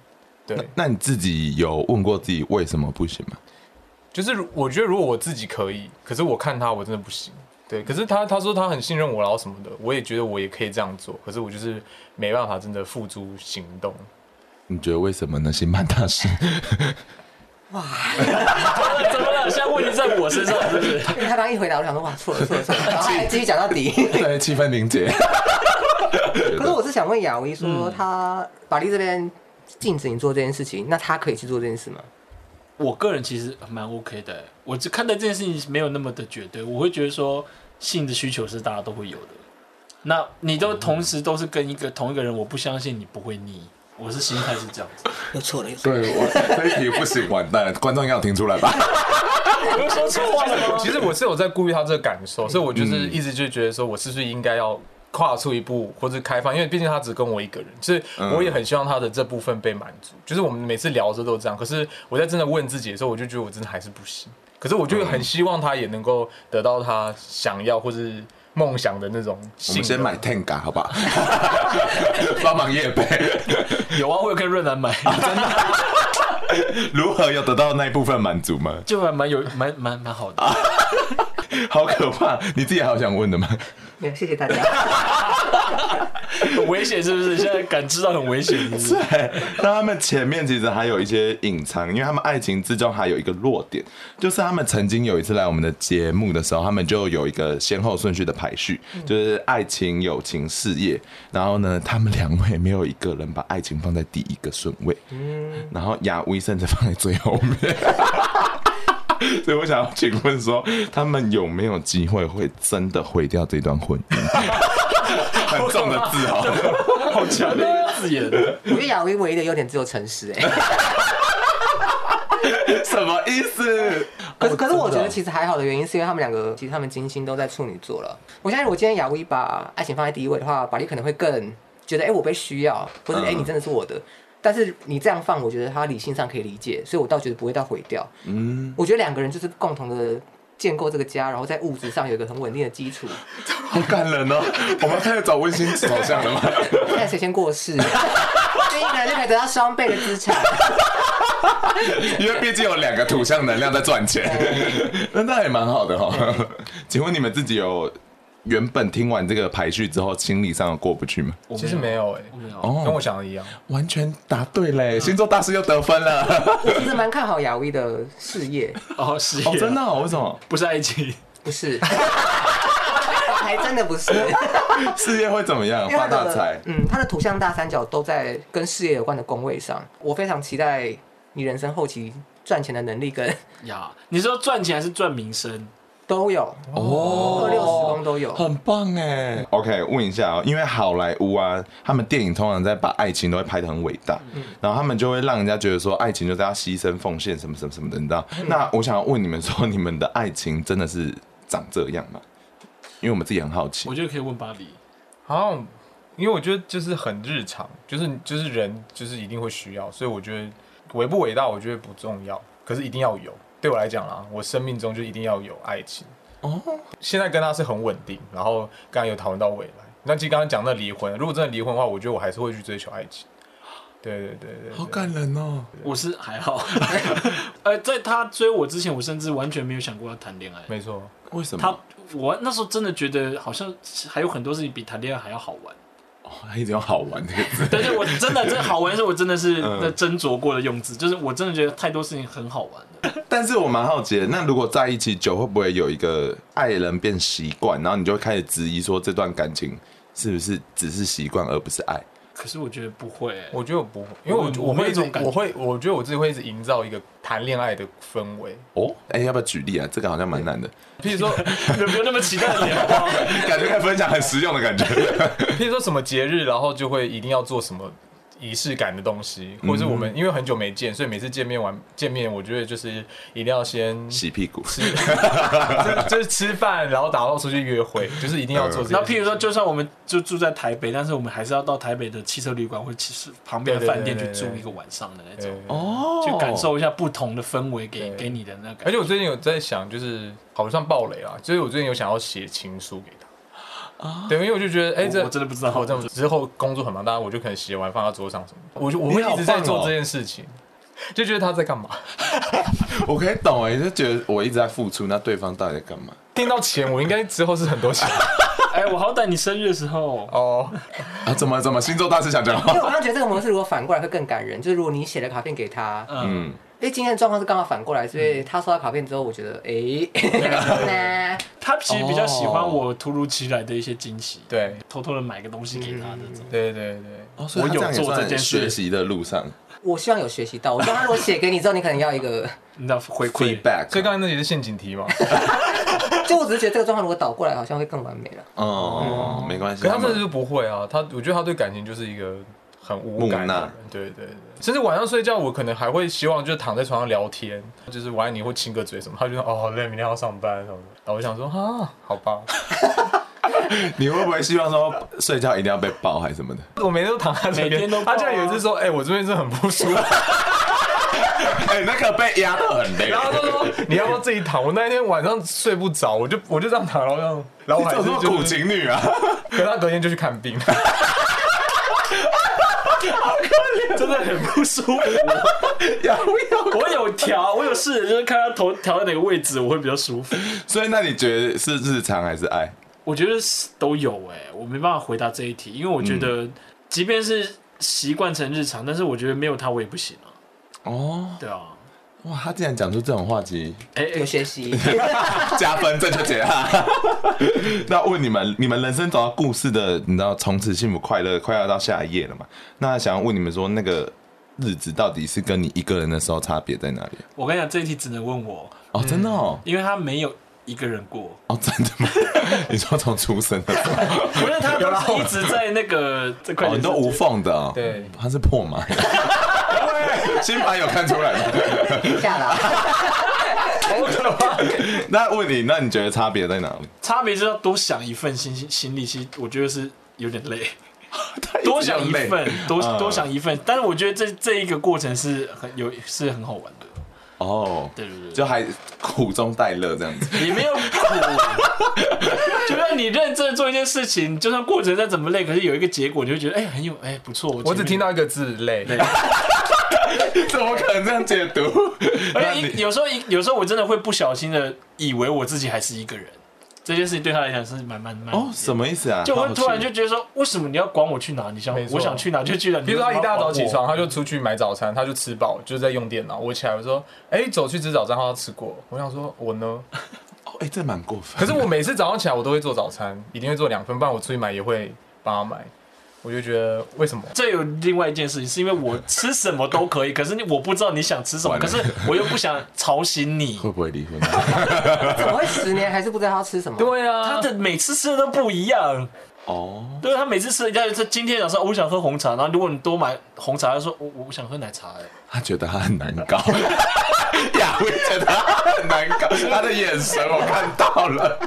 Speaker 4: 对，
Speaker 2: 那你自己有问过自己为什么不行吗？
Speaker 4: 就是如我觉得如果我自己可以，可是我看他我真的不行。对，可是他他说他很信任我，然后什么的，我也觉得我也可以这样做，可是我就是没办法真的付诸行动。
Speaker 2: 你觉得为什么呢？星盘大师，
Speaker 5: 怎么了？现在问题在我身上，是不是？
Speaker 3: 因为他刚一回答，我想说哇错了错了错了，然后还继续讲到底。
Speaker 2: 对，气氛凝结。
Speaker 3: 可是我是想问雅薇说，她法力这边禁止你做这件事情，那她可以去做这件事吗？
Speaker 5: 我个人其实蛮 OK 的欸，我只看待这件事情没有那么的绝对，我会觉得说性的需求是大家都会有的。那你都同时都是跟一个同一个人，我不相信你不会腻。我是心态是这样 子，
Speaker 3: 又错了又错了。
Speaker 2: 对我这一题不行，完蛋了，观众应该有听出来 吧？
Speaker 5: 我说错话了吗？
Speaker 4: 其实我是有在顾虑他这个感受，所以我
Speaker 2: 嗯
Speaker 4: 就是一直就觉得说，我是不是应该要跨出一步，或是开放？因为毕竟他只跟我一个人，就是
Speaker 2: 嗯
Speaker 4: 我也很希望他的这部分被满足。就是我们每次聊着都这样，可是我在真的问自己的时候，我就觉得我真的还是不行。可是我就
Speaker 2: 嗯
Speaker 4: 很希望他也能够得到他想要或是梦想的那种
Speaker 2: 我
Speaker 4: 性
Speaker 2: 们
Speaker 4: 格。
Speaker 2: 先买 Tenga 好不 好？帮忙夜杯，
Speaker 5: 有啊，我有跟润南 买，
Speaker 2: 如何有得到那一部分满足吗？
Speaker 5: 就还蛮有 蛮蛮蛮好的。
Speaker 2: 好可怕！你自己还有想问的吗？
Speaker 3: 没有，谢谢大家。
Speaker 5: 很危险是不是？现在感知到很危险，是不是？
Speaker 2: 对，那他们前面其实还有一些隐藏，因为他们爱情之中还有一个弱点，就是他们曾经有一次来我们的节目的时候，他们就有一个先后顺序的排序，
Speaker 5: 嗯
Speaker 2: 就是爱情、友情、事业。然后呢，他们两位没有一个人把爱情放在第一个顺位，
Speaker 5: 嗯
Speaker 2: 然后雅薇甚至放在最后 面。所以我想要请问说，他们有没有机会会真的毁掉这段婚 姻？很重的字哦。
Speaker 5: 好强的一个字眼，
Speaker 3: 欸 我觉得雅薇唯一的优点只有诚实、哎，
Speaker 2: 什么意思？
Speaker 3: 可是可是我觉得
Speaker 2: 实
Speaker 3: 其实还好的原因是因为他们两个其实他们金星都在处女座了。我相信我今天雅薇把爱情放在第一位的话，玛丽可能会更觉得哎、诶我被需要，或者哎、
Speaker 2: 嗯
Speaker 3: 诶你真的是我的。但是你这样放，我觉得他理性上可以理解，所以我倒觉得不会到毁掉。
Speaker 2: 嗯，
Speaker 3: 我觉得两个人就是共同的建构这个家，然后在物质上有一个很稳定的基础。
Speaker 2: 好感人哦。我们开始找温馨导向了 吗？
Speaker 3: 看谁先过世， 第一个人就可以得到双倍的资产。
Speaker 2: 因为毕竟有两个土象能量在赚钱，那那也蛮好的哦。 请问你们自己有原本听完这个排序之后，心理上有过不去吗？
Speaker 5: 我
Speaker 4: 其实没，有哎、
Speaker 5: 我没有。
Speaker 2: 哦，
Speaker 4: 跟我想的一样。
Speaker 2: 完全答对嘞，星座大师又得分了。
Speaker 3: 我其实蛮看好雅薇的事业，
Speaker 5: 哦，是
Speaker 2: 哦，真的、哦？为什么？
Speaker 5: 不是爱情，
Speaker 3: 不是， 还真的不 是。
Speaker 2: 事业会怎么样？
Speaker 3: 因为
Speaker 2: 发
Speaker 3: 他
Speaker 2: 大
Speaker 3: 的
Speaker 2: 财？
Speaker 3: 嗯，他的图像大三角都在跟事业有关的工位上。我非常期待你人生后期赚钱的能力跟
Speaker 5: 呀，你是说赚钱还是赚名声？
Speaker 3: 都有，
Speaker 2: 哦
Speaker 3: 二六十宫都有。
Speaker 2: 很棒哎。OK，问一下哦，因为好莱坞啊，他们电影通常在把爱情都会拍得很伟大，然后他们就会让人家觉得说，爱情就是要牺牲奉献什么什么什么的，你知道？那我想要问你们说，你们的爱情真的是长这样吗？因为我们自己很好奇
Speaker 5: 我。觉得可以问巴黎。
Speaker 4: 好像，因为我觉得就是很日常，就是就是人就是一定会需要，所以我觉得伟不伟大，我觉得不重要，可是一定要有。对我来讲啦，我生命中就一定要有爱情。
Speaker 2: 哦，
Speaker 4: 现在跟他是很稳定，然后刚刚有讨论到未来。那其实刚刚讲到离婚，如果真的离婚的话，我觉得我还是会去追求爱情。对对对对
Speaker 2: 好
Speaker 4: 对
Speaker 2: 感人哦。
Speaker 5: 我是还好， 呃，在他追我之前，我甚至完全没有想过要谈恋爱。
Speaker 4: 没错。
Speaker 2: 为什么？
Speaker 5: 他，我那时候真的觉得好像还有很多事情比谈恋爱还要好玩。
Speaker 2: 哦他一直用好玩这个字。
Speaker 5: 但是我真的真的好玩，是我真的是
Speaker 2: 嗯
Speaker 5: 在斟酌过的用字，就是我真的觉得太多事情很好玩了。
Speaker 2: 但是我蛮好奇的，那如果在一起久，会不会有一个爱人变习惯，然后你就会开始质疑说这段感情是不是只是习惯而不是爱？
Speaker 5: 可是我觉得不会、欸，
Speaker 4: 我觉得我不会，因为我
Speaker 5: 我
Speaker 4: 我
Speaker 5: 没
Speaker 4: 会
Speaker 5: 有
Speaker 4: 一
Speaker 5: 这
Speaker 4: 直
Speaker 5: 种感觉
Speaker 4: 我会我觉得我自己会一直营造一个谈恋爱的氛围。
Speaker 2: 哦，哎、要不要举例啊？这个好像蛮难的，
Speaker 4: 譬如说，
Speaker 5: 有没有那么期待的眼光？
Speaker 2: 感觉可以分享很实用的感觉。
Speaker 4: 譬如说什么节日，然后就会一定要做什么仪式感的东西，或者是我们因为很久没见，所以每次见面完见面，我觉得就是一定要先吃，
Speaker 2: 洗屁股，
Speaker 4: 就是就是吃饭，然后打包出去约会，就是一定要做这些事情。
Speaker 5: 然后譬如说，就算我们就住在台北，但是我们还是要到台北的汽车旅馆或其实旁边的
Speaker 4: 对对
Speaker 5: 饭店去
Speaker 4: 对对
Speaker 5: 住
Speaker 4: 对
Speaker 5: 一个晚上的那
Speaker 4: 对
Speaker 5: 种，
Speaker 2: 哦
Speaker 5: 去感。受一下不同的氛围给
Speaker 4: 对
Speaker 5: 给你的那个
Speaker 4: 而
Speaker 5: 感觉。
Speaker 4: 且我最近有在想，就是好像暴雷啊，就是我最近有想要写情书给他。对，因为我就觉得，哎、
Speaker 5: 我
Speaker 4: 这
Speaker 5: 我真的不知道
Speaker 4: 我这么之后工作很忙，当然我就可能写完放到桌上什么的，我就我会
Speaker 2: 你好
Speaker 4: 一直在
Speaker 2: 棒哦
Speaker 4: 做这件事情，就觉得他在干嘛？
Speaker 2: 我可以懂哎、就觉得我一直在付出，那对方到底在干嘛？
Speaker 4: 听到钱，我应该之后是很多钱
Speaker 5: 哎，我好歹你生日的时候，
Speaker 4: 哦。
Speaker 2: 啊，怎么怎么星座大师想讲
Speaker 3: 因为
Speaker 2: 话？
Speaker 3: 我刚刚觉得这个模式如果反过来会更感人，就是如果你写了卡片给他，
Speaker 5: 嗯，
Speaker 2: 嗯，
Speaker 3: 因为今天的状况是刚好反过来，所以他收到卡片之后，我觉
Speaker 2: 嗯
Speaker 3: 得 哎，
Speaker 5: 他其实比较喜欢我突如其来的一些惊喜，，
Speaker 4: 哦对嗯
Speaker 5: 偷偷的买个东西给他那种。
Speaker 4: 对对对，
Speaker 2: 哦， 所以他
Speaker 5: 我有
Speaker 2: 这样也
Speaker 5: 做
Speaker 2: 算
Speaker 5: 这件事
Speaker 2: 学习的路上
Speaker 3: 我希望有学习到。我希望他如果写给你之后，你可能要一个，
Speaker 5: 你知道回馈，
Speaker 2: feedback。啊
Speaker 4: 所以刚才那也是陷 阱题嘛。
Speaker 3: 就我只是觉得这个状况如果倒过来，好像会更完美了。
Speaker 2: 哦，没关系。
Speaker 4: 可他真的
Speaker 2: 们
Speaker 4: 是不会啊，他我觉得他对感情就是一个很无感
Speaker 2: 木
Speaker 4: 的人
Speaker 2: 讷，
Speaker 4: 对对对。甚至晚上睡觉，我可能还会希望就是躺在床上聊天，就是我爱你或亲个嘴什么。他就说哦好累，明天要上班什么的。然后我想说啊，好吧，
Speaker 2: 你会不会希望说睡觉一定要被抱还是什么的？
Speaker 4: 我每天都躺在这
Speaker 5: 每天
Speaker 4: 边
Speaker 5: 都。抱啊
Speaker 4: 他竟然有一次说，哎，我这边是很不舒 服。
Speaker 2: 哎、那个被压到很累。
Speaker 4: 然后他说你要不要自己躺？我那一天晚上睡不着，我就我就这样躺，然后这样， 然后我还
Speaker 2: 这
Speaker 4: 是
Speaker 2: 种
Speaker 4: 就
Speaker 2: 苦
Speaker 4: 是，
Speaker 2: 情女啊，
Speaker 4: 可是他隔天就去看病。
Speaker 5: 真的很不舒服。我有调，我有试着就是看他头调在哪个位置，我会比较舒服。
Speaker 2: 所以那你觉得是日常还是爱？
Speaker 5: 我觉得是都有哎、我没办法回答这一题，因为我觉得
Speaker 2: 嗯
Speaker 5: 即便是习惯成日常，但是我觉得没有他我也不行啊。
Speaker 2: 哦，
Speaker 5: 对啊，
Speaker 2: 哇，他竟然讲出这种话题，
Speaker 5: 哎、
Speaker 3: 有
Speaker 5: 哎，
Speaker 3: 学习，
Speaker 2: 加分，这就解啊。 那问你们，你们人生走到故事的，你知道从此幸福快乐，快要到下一页了嘛？那想要问你们说，那个日子到底是跟你一个人的时候差别在哪里？
Speaker 5: 我跟你讲，这一题只能问我，
Speaker 2: 哦，真的哦，
Speaker 5: 因为他没有一个人过，
Speaker 2: 哦，真的 吗？你说从出生的时候，
Speaker 5: 因为他都是一直在那个这 块
Speaker 2: 哦，
Speaker 5: 钱
Speaker 2: 你都无缝的哦，
Speaker 4: 对
Speaker 2: 他是破嘛？ 新盘有看出来吗？
Speaker 3: 下 来。
Speaker 2: 那问你，那你觉得差别在哪里？
Speaker 5: 差别是要多想一份心心心力，其实我觉得是有点 累，多想一份，多
Speaker 2: 嗯
Speaker 5: 多想一份。但是我觉得这这一个过程是很有是很好玩的，
Speaker 2: 哦，
Speaker 5: 对对对对，
Speaker 2: 就还苦中带乐这样子。
Speaker 5: 也没有苦， 就算你认真做一件事情，就算过程再怎么累，可是有一个结果，你就觉得哎、很有哎、不错。
Speaker 4: 我只听
Speaker 5: 到，
Speaker 4: 到一个字累，
Speaker 2: 怎么可能这样解读？
Speaker 5: 而
Speaker 2: 那
Speaker 5: 且一
Speaker 2: 你
Speaker 5: 有时候一有时候我真的会不小心的以为我自己还是一个人，这件事情对他来讲是蛮蛮蛮
Speaker 2: 哦，什么意思啊？
Speaker 5: 就会突然就觉得说，为什么你要管我去哪？你想
Speaker 4: 没错
Speaker 5: 我想去哪就去哪。
Speaker 4: 比如说他
Speaker 5: 你
Speaker 4: 一
Speaker 5: 为什么
Speaker 4: 大
Speaker 5: 要管
Speaker 4: 早
Speaker 5: 我
Speaker 4: 起，床，他就出去买早餐，他就吃饱，就在用电脑。我起来我说，哎，走去吃早餐，他说吃过。我想说，我呢？
Speaker 2: 哦，哎，这蛮过分。
Speaker 4: 可是我每次早上起来，我都会做早餐，一定会做两份，不然我出去买也会帮他买。我就觉得为什么？
Speaker 5: 这有另外一件事情，是因为我吃什么都可以，可是你我不知道你想吃什么，
Speaker 2: 完了
Speaker 5: 可是我又不想吵醒 你。
Speaker 2: 会不会离婚？啊
Speaker 3: 怎么会十年还是不知道他要吃什么？
Speaker 4: 对
Speaker 5: 他
Speaker 4: 啊，
Speaker 5: 的每次吃的都不一样，
Speaker 2: 哦，
Speaker 5: 对他每次吃，他是今天早上我想喝红茶，然后如果你多买红茶，他说我我想喝奶茶、哎
Speaker 2: 他觉得他很难搞。雅慧觉得他很难搞，他的眼神我看到了，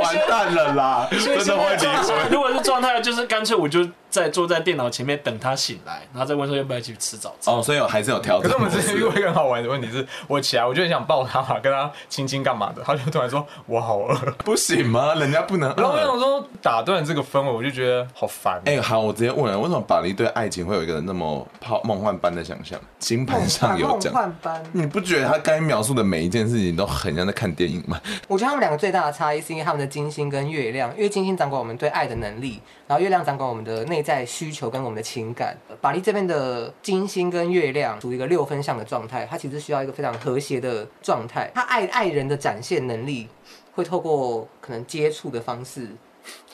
Speaker 2: 完蛋了啦，真的会离婚。
Speaker 5: 如果是状态，就是干脆我就在坐在电脑前面等他醒来，然后再问说要不要一起吃早餐。
Speaker 2: 哦，所以我还是有调
Speaker 4: 可
Speaker 2: 整
Speaker 4: 是我
Speaker 2: 模
Speaker 4: 们之前
Speaker 2: 式。
Speaker 4: 遇过一个很好玩的问题是，我起来我就很想抱他嘛，跟他亲亲干嘛的，他就突然说我好饿，
Speaker 2: 不行吗？人家不能。嗯
Speaker 4: 然后我想说打断这个氛围，我就觉得好烦。
Speaker 2: 哎、好，我直接问了，为什么巴黎对爱情会有一个那么泡梦幻般的想象？金
Speaker 3: 梦
Speaker 2: 盘
Speaker 3: 幻
Speaker 2: 上有
Speaker 3: 梦
Speaker 2: 讲，
Speaker 3: 幻班。
Speaker 2: 你不觉得他刚才描述的每一件事情都很像在看电影吗？
Speaker 3: 我觉得他们两个最大的差异是因为他们的金星跟月亮，因为金星掌管我们对爱的能力，然后月亮掌管我们的内在需求跟我们的情感。法力这边的金星跟月亮处于一个六分相的状态，它其实需要一个非常和谐的状态。他爱爱人的展现能力会透过可能接触的方式，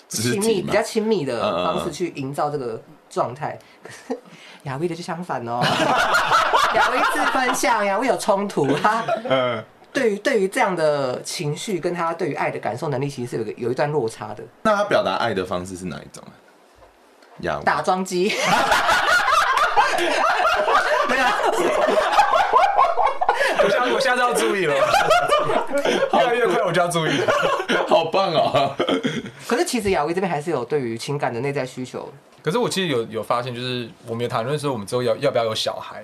Speaker 2: 肢
Speaker 3: 亲
Speaker 2: 体
Speaker 3: 密
Speaker 2: 嘛
Speaker 3: 比较亲密的
Speaker 2: 嗯嗯嗯
Speaker 3: 方式去营造这个状态。可是 雅薇的就相反哦， 雅薇自分相，雅薇有冲突，她
Speaker 2: 嗯，
Speaker 3: 对于对于这样的情绪跟他对于爱的感受能力，其实是有一个有一段落差的。
Speaker 2: 那他表达爱的方式是哪一种啊？呀，我
Speaker 3: 打 桩机，没有啊，
Speaker 4: 我下我下次要注意 了，越来越快我就要注意了。
Speaker 2: 好棒哦！
Speaker 3: 可是其实雅薇这边还是有对于情感的内在需求。
Speaker 4: 可是我其实有有发现，就是我们有谈论说我们之后要要不要有小孩，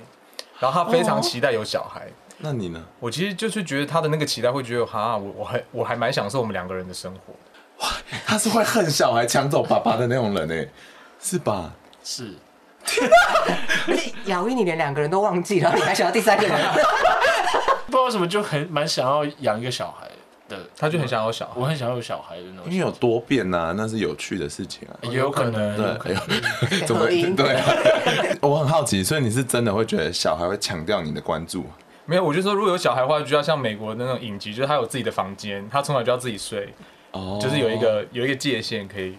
Speaker 4: 然后他非常期待有小孩。
Speaker 5: 哦
Speaker 2: 那你呢？
Speaker 4: 我其实就是觉得他的那个期待会觉得，哈，我我还我还蛮享受我们两个人的生活。
Speaker 2: 他是会恨小孩、抢走爸爸的那种人哎、是吧？
Speaker 5: 是，
Speaker 3: 而且雅薇你连两个人都忘记了，你还想要第 三个人？
Speaker 5: 不知道为什么就很蛮想要养一个小孩的，
Speaker 4: 他就很想要小孩
Speaker 5: 我，很想要有小孩的那
Speaker 2: 因
Speaker 5: 种
Speaker 2: 为。有多变呐、啊，那是有趣的事情啊。
Speaker 5: 嗯也有可能，
Speaker 2: 对，哎呦怎么
Speaker 3: 合音
Speaker 2: 对啊？ 我很好奇，所以你是真的会觉得小孩会抢掉你的关注？
Speaker 4: 没有，我就说如果有小孩的话，就要像美国的那种影集，就是他有自己的房间，他从小就要自己睡，
Speaker 2: 哦
Speaker 4: 就是有一个有一个界限可以。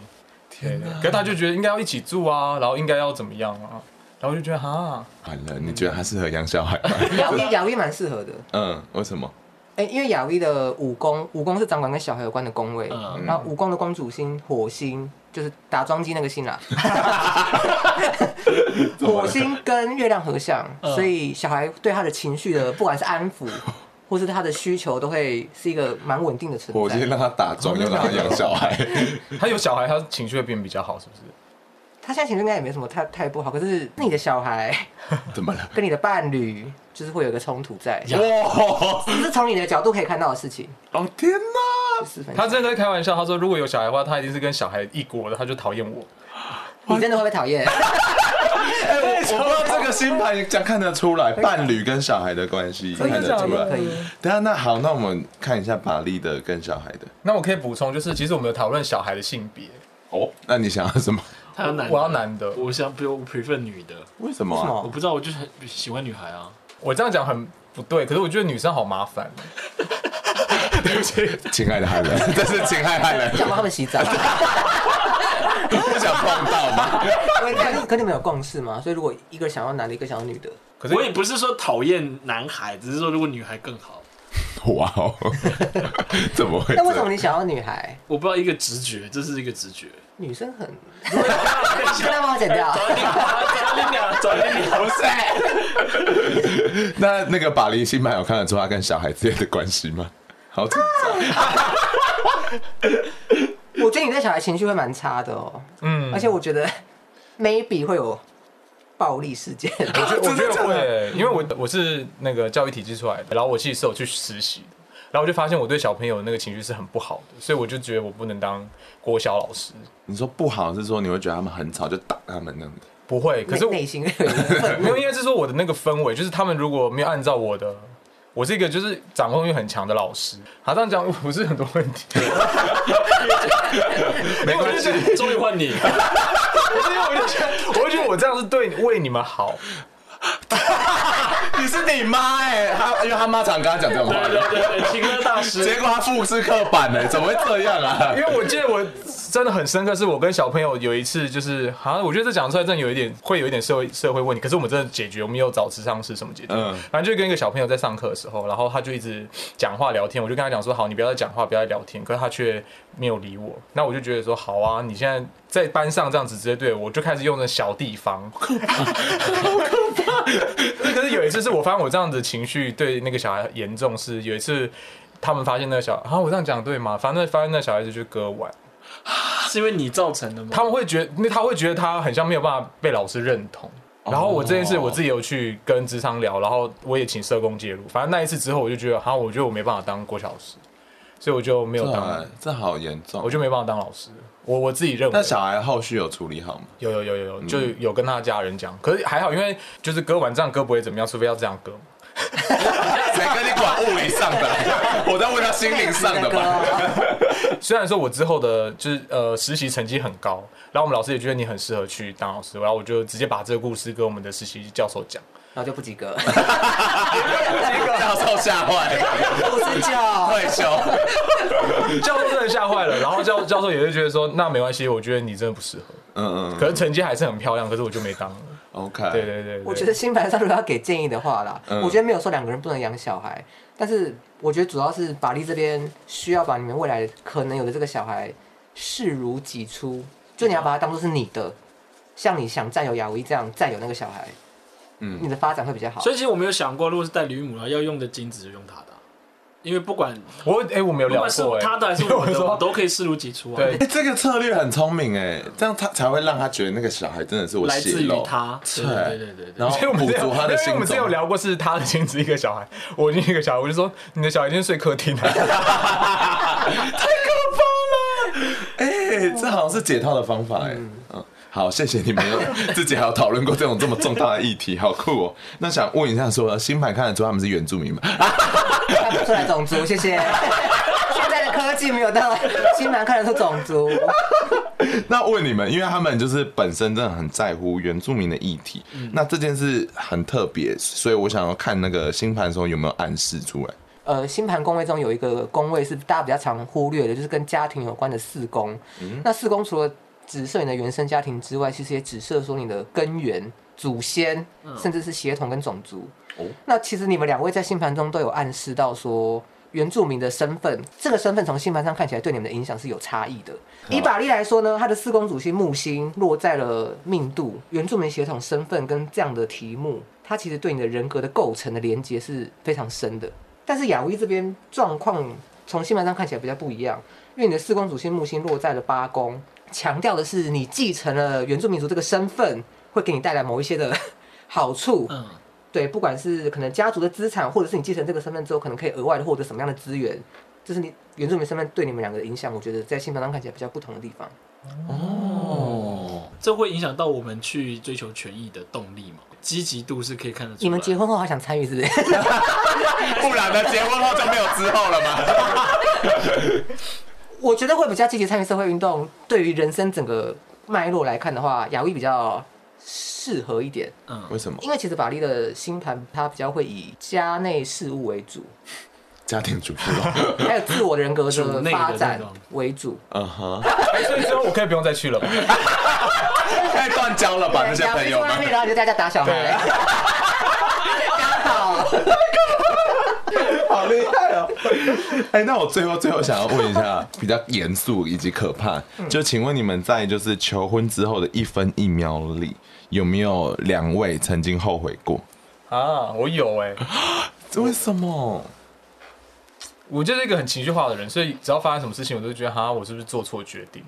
Speaker 4: 天可是他就觉得应该要一起住啊，然后应该要怎么样啊，然后我就觉得哈，
Speaker 2: 完了，你觉得他适合养小孩吗？
Speaker 3: 雅薇雅薇蛮适合的，
Speaker 2: 嗯，为什么？
Speaker 3: 哎、因为雅薇的武功，武功是掌管跟小孩有关的宫位，
Speaker 5: 嗯
Speaker 3: 然后武功的公主星火星就是打桩机那个星啦，火星跟月亮合相，
Speaker 5: 嗯
Speaker 3: 所以小孩对他的情绪的不管是安抚，或是他的需求，都会是一个蛮稳定的存
Speaker 2: 我先
Speaker 3: 在。
Speaker 2: 让他打桩，又让他养小孩，
Speaker 4: 他有小孩，他情绪会变比较好，是不是？
Speaker 3: 他现在情绪应该也没什么太太不好，可是你的小孩
Speaker 2: 怎么了？
Speaker 3: 跟你的伴侣就是会有一个冲突在，
Speaker 5: 呀
Speaker 2: 哇！
Speaker 3: 这是从你的角度可以看到的事情。
Speaker 2: 哦天哪！
Speaker 3: 四分
Speaker 4: 他真的在开玩笑，他说如果有小孩的话，他一定是跟小孩一国的，他就讨厌我。
Speaker 3: 你真的会不会讨厌？
Speaker 2: 哎， 我我不知道这个星盘讲看得出来，伴侣跟小孩的关系看得出来
Speaker 3: 可。以。
Speaker 2: 等一下，那好，那我们看一下玛丽的跟小孩的。
Speaker 4: 那我可以补充，就是其实我们有讨论小孩的性别，
Speaker 2: 哦，那你想要什么？
Speaker 5: 他有男，
Speaker 4: 我要，男的。
Speaker 5: 我想不，我 prefer 女的，
Speaker 2: 为什么
Speaker 3: 为什
Speaker 2: 啊？
Speaker 5: 我
Speaker 3: 么？
Speaker 5: 不知道，我就是很喜欢女孩啊。
Speaker 4: 我这样讲很不对，可是我觉得女生好麻烦。对不起，
Speaker 2: 亲爱的汉人， 这是亲爱汉人，
Speaker 3: 想帮他们洗澡。
Speaker 2: 不想碰到 吗？
Speaker 3: 可你们有共识吗？所以如果一个想要男的，一个想要女的，
Speaker 4: 可是
Speaker 5: 我也不是说讨厌男孩，只是说如果女孩更好。
Speaker 2: 哇 哦，怎么会这
Speaker 3: 那
Speaker 2: 样？
Speaker 3: 为什么你想要女孩？
Speaker 5: 我不知道一个直觉，这是一个直觉。
Speaker 3: 女生 很，
Speaker 4: 啊
Speaker 3: 现在帮我剪掉。
Speaker 5: 找你俩，找你俩，
Speaker 2: 不是？那那个巴黎新版有看得出他跟小孩之间的关系吗？好紧张，
Speaker 3: 我觉得你对小孩情绪会蛮差的哦，
Speaker 4: 嗯
Speaker 3: 而且我觉得 maybe 会有暴力事 件。
Speaker 4: 我觉得我觉
Speaker 2: 真的假
Speaker 4: 得
Speaker 2: 的
Speaker 4: 会，因为我我是那个教育体制出来的，然后我其实是有去实习的，然后我就发现我对小朋友那个情绪是很不好的，所以我就觉得我不能当国小老师，
Speaker 2: 你说不好是说你会觉得他们很吵就打他们那样子，
Speaker 4: 不会。可是我
Speaker 3: 内内心会有一个愤
Speaker 4: 没有，应该是说我的那个氛围，就是他们如果没有按照我的，我是一个就是掌控欲很强的老师。好，这样讲不是很多问题，
Speaker 2: 没关系，
Speaker 5: 终于换你。
Speaker 4: 可 是因为我就觉得，我就觉得我这样是对为你们好，
Speaker 2: 你是你妈哎、他因为他妈常跟他讲这种话
Speaker 5: 对，对对对，情歌大师。
Speaker 2: 结果他复制刻板哎、怎么会这样啊
Speaker 4: 因？为我记得我真的很深刻，是我跟小朋友有一次，就是好像我觉得这讲出来真的有一点会有一点社会社会问题，可是我们真的解决，我们有找智商是什么解决？
Speaker 2: 嗯
Speaker 4: 反正就跟一个小朋友在上课的时候，然后他就一直讲话聊天，我就跟他讲说好，你不要再讲话，不要再聊天，可是他却没有理我，那我就觉得说好啊，你现在在班上这样子直接对我，我就开始用那小地方， 对，可是有一次是我发现我这样子情绪对那个小孩严重，是有一次他们发现那个小，啊，我这样讲对吗？反正发现那小孩子就割腕，
Speaker 5: 是因为你造成的吗？
Speaker 4: 他们会觉得，那他会觉得他很像没有办法被老师认同。然后我这件事我自己有去跟职场聊，然后我也请社工介入。反正那一次之后，我就觉得，好，我觉得我没办法当国小老师，所以我就没有当
Speaker 2: 对，，这好严重。
Speaker 4: 我就没办法当老师。我我自己认为
Speaker 2: 那，小孩后续有处理好吗？
Speaker 4: 有有有有有，就有跟他家人讲。可是还好，因为就是割完这样割不会怎么样，除非要这样割嘛。
Speaker 2: 谁跟你管物理 上的？我在问他心灵上 的吧。
Speaker 3: 吧。
Speaker 4: 虽然说我之后的就是呃实习成绩很高，然后我们老师也觉得你很适合去当老师，然后我就直接把这个故事跟我们的实习教授讲。
Speaker 3: 然后就不及 格，
Speaker 2: 教授吓坏，
Speaker 3: 不是叫。
Speaker 2: 退休。
Speaker 4: 教授真的吓坏了，然后教教授也是觉得说那没关系，我觉得你真的不适合。
Speaker 2: 嗯嗯
Speaker 4: 可是成绩还是很漂亮，可是我就没当了。
Speaker 2: ，OK。
Speaker 4: 对对对对，
Speaker 3: 我觉得星盘上如果要给建议的话啦，
Speaker 2: 嗯
Speaker 3: 我觉得没有说两个人不能养小孩，但是我觉得主要是法力这边需要把你们未来可能有的这个小孩视如己出，就你要把他当做是你的，像你想占有雅维这样占有那个小孩，
Speaker 2: 嗯
Speaker 3: 你的发展会比较好。
Speaker 5: 所以其实我没有想过，如果是带吕母啊，要用的金子就用它的啊，因为不管
Speaker 4: 我哎、我没有
Speaker 5: 不
Speaker 4: 聊
Speaker 5: 管是
Speaker 4: 过哎、
Speaker 5: 他的还是我
Speaker 4: 我
Speaker 5: 的，
Speaker 4: 说
Speaker 5: 我都可以视如己出啊。
Speaker 4: 对
Speaker 2: 哎、这个策略很聪明哎，这样他才会让他觉得那个小孩真的是我
Speaker 5: 来
Speaker 2: 血
Speaker 5: 自于
Speaker 2: 肉，
Speaker 5: 他。对对对对对。
Speaker 2: 然后
Speaker 4: 所以我们
Speaker 2: 补
Speaker 4: 之前
Speaker 2: 足他的
Speaker 4: 因为
Speaker 2: 心
Speaker 4: 我们之前有
Speaker 2: 中。
Speaker 4: 聊过是他的亲子一个小孩，我另一个小孩，我就说你的小孩今天睡客厅、啊，
Speaker 2: 哎、这好像是解套的方法哎。嗯，好，谢谢你们有 自己还有讨论过这种这么重大的议题，好酷哦。那想问一下说新版看得出他们是原住民吗？
Speaker 3: 看不出来种族，谢谢。现在的科技没有到新南看得出种族，
Speaker 2: 那问你们，因为他们就是本身真的很在乎原住民的议题，那这件事很特别，所以我想要看那个星盘的时候有没有暗示出来。
Speaker 3: 呃，星盘宫位中有一个宫位是大家比较常忽略的，就是跟家庭有关的四宫。那四宫除了指涉你的原生家庭之外，其实也指涉说你的根源、祖先，甚至是血统跟种族。
Speaker 2: 哦
Speaker 3: 那其实你们两位在星盘中都有暗示到说。原住民的身份，这个身份从星盘上看起来对你们的影响是有差异的。以法力来说呢，他的四宫主星木星落在了命度、原住民血统、身份跟这样的题目，它其实对你的人格的构成的连接是非常深的。但是雅威这边状况从星盘上看起来比较不一样，因为你的四宫主星木星落在了八宫，强调的是你继承了原住民族这个身份，会给你带来某一些的好处。
Speaker 5: 嗯，
Speaker 3: 对，不管是可能家族的资产，或者是你继承这个身份之后，可能可以额外的获得什么样的资源，这是你原住民身份对你们两个的影响。我觉得在星盘上看起来比较不同的地方。
Speaker 2: 哦，
Speaker 5: 这会影响到我们去追求权益的动力嘛？积极度是可以看得出来。
Speaker 3: 你们结婚后还想参与是不是？
Speaker 2: 不然呢？结婚后就没有之后了吗？
Speaker 3: 我觉得会比较积极参与社会运动。对于人生整个脉络来看的话，雅威比较适合一点。
Speaker 2: 为什么？
Speaker 3: 因为其实法力的星盘，它比较会以家内事务为 主，
Speaker 2: 家庭主妇哦。
Speaker 3: 还有自我人格的发展
Speaker 5: 主内的那种
Speaker 3: 为主。
Speaker 2: 嗯哼，
Speaker 4: 哎所以说我可以不用再去了吧？
Speaker 2: 太断交了啊吧，那些朋友
Speaker 3: 出外面，
Speaker 2: 们。
Speaker 3: 然后就在家打小孩，刚好。
Speaker 2: 好厉害哦！ 哎，那我最后最后想要问一下，比较严肃以及可怕，就请问你们在就是求婚之后的一分一秒里，有没有两位曾经后悔过？
Speaker 4: 啊，我有哎、
Speaker 2: 这为什么？
Speaker 4: 我就是一个很情绪化的人，所以只要发生什么事情，我都觉得哈，我是不是做错决定？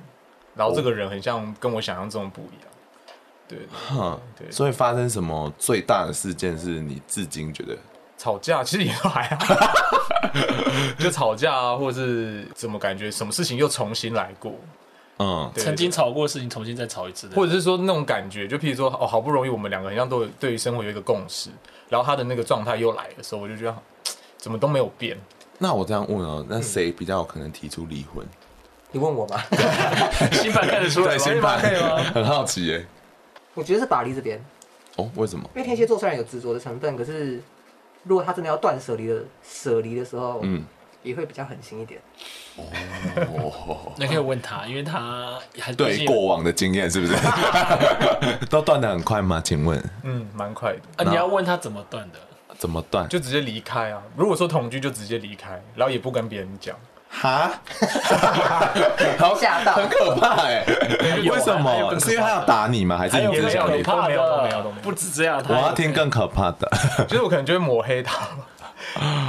Speaker 4: 然后这个人很像跟我想象中不一样。对，
Speaker 2: 哼，
Speaker 4: 对
Speaker 2: 所以发生什么最大的事件是你至今觉得
Speaker 4: 吵架 其实也都还好，就吵架啊，或者是怎么感觉什么事情又重新来过，
Speaker 2: 嗯
Speaker 4: 对
Speaker 5: 曾经吵过的事情重新再吵一次的，
Speaker 4: 或者是说那种感觉，就譬如说哦，好不容易我们两个人像都有对于生活有一个共识，然后他的那个状态又来的时候，我就觉得嘖怎么都没有变。
Speaker 2: 那我这样问
Speaker 5: 嗯
Speaker 2: 哦，那谁比较有可能提出离 婚？
Speaker 3: 你问我吧，
Speaker 5: 新版看得出来吗，
Speaker 2: 新版 很好奇耶、
Speaker 3: 我觉得是巴黎这边，
Speaker 2: 哦，为什么？
Speaker 3: 因为天蝎座虽然有执着的成分，可是如果他真的要断舍离的舍离的时候，
Speaker 2: 嗯，
Speaker 3: 也会比较狠心一点。
Speaker 2: 哦，
Speaker 5: 你可以问他，因为他还毕
Speaker 2: 对
Speaker 5: 竟
Speaker 2: 过往的经验 是不是 都断的很快吗？请问
Speaker 4: 嗯，蛮快的，
Speaker 5: 啊，你要问他怎么断的，
Speaker 2: 怎么断？
Speaker 4: 就直接离开啊。如果说同居，就直接离开，然后也不跟别人讲。
Speaker 2: 哈，好
Speaker 3: 吓到
Speaker 2: 很可怕哎、
Speaker 5: 有啊
Speaker 2: 为什
Speaker 5: 还有
Speaker 2: 么？
Speaker 5: 更可怕的
Speaker 2: 是因为他要打你吗？还是
Speaker 5: 还有
Speaker 2: 你
Speaker 5: 没
Speaker 2: 只
Speaker 5: 有
Speaker 2: 是想
Speaker 5: 可
Speaker 2: 离婚？
Speaker 5: 怕
Speaker 4: 没有都没有
Speaker 5: 的
Speaker 4: 都没有？
Speaker 5: 不止这样，
Speaker 2: 我
Speaker 5: 他
Speaker 2: 要听更可怕 的。
Speaker 4: 就是我可能就会抹黑他，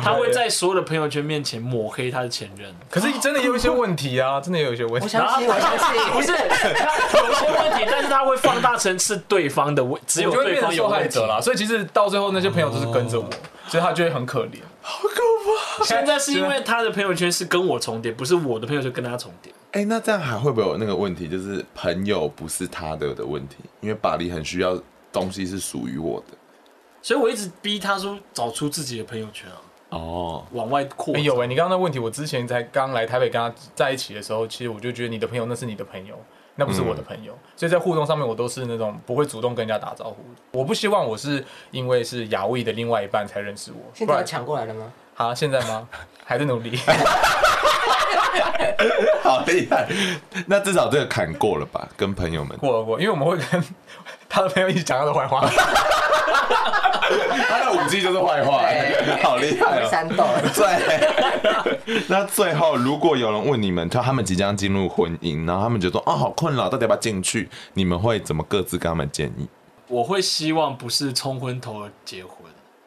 Speaker 5: 他会在所有的朋友圈面前抹黑他的前任。
Speaker 4: 可是真的有一些问题啊，真的有一些问
Speaker 3: 我
Speaker 4: 题。
Speaker 3: 相信，我 相信，
Speaker 5: 不是，他有些问题，但是他会放大成是对方的问，只有
Speaker 4: 我就会
Speaker 5: 对
Speaker 4: 变
Speaker 5: 方
Speaker 4: 成
Speaker 5: 有
Speaker 4: 受害
Speaker 5: 问题
Speaker 4: 者。啦，所以其实到最后那些朋友都是跟着我，所以他就会很可怜。
Speaker 5: 现在是因为他的朋友圈是跟我重叠，不是我的朋友圈跟他重叠。
Speaker 2: 哎、那这样还会不会有那个问题，就是朋友不是他的的问题？因为巴黎很需要东西是属于我的。
Speaker 5: 所以我一直逼他说找出自己的朋友圈啊，
Speaker 2: 哦，
Speaker 5: 往外扩
Speaker 4: 哎、
Speaker 5: 展。
Speaker 4: 有哎、你刚刚那问题，我之前才刚来台北跟他在一起的时候，其实我就觉得你的朋友那是你的朋友，那不是我的朋友，所以在互动上面我都是那种不会主动跟人家打招呼的。我不希望我是因为是雅威的另外一半才认识我，
Speaker 3: 现
Speaker 4: 不
Speaker 3: 在要
Speaker 4: 然
Speaker 3: 抢过来了吗？
Speaker 4: 啊现在吗？还在努力，
Speaker 2: 好厉害！那至少这个坎过了吧？跟朋友们，
Speaker 4: 过了过了，因为我们会跟他的朋友一起讲他的坏话，
Speaker 2: 他的武器就是坏话、
Speaker 3: 对
Speaker 2: 好厉害哦！
Speaker 3: 三斗，
Speaker 2: 对， 那最后如果有人问你们，他他们即将进入婚姻，然后他们就说啊、好困扰，到底要不要进去？你们会怎么各自跟他们建议？
Speaker 5: 我会希望不是冲昏头而结婚。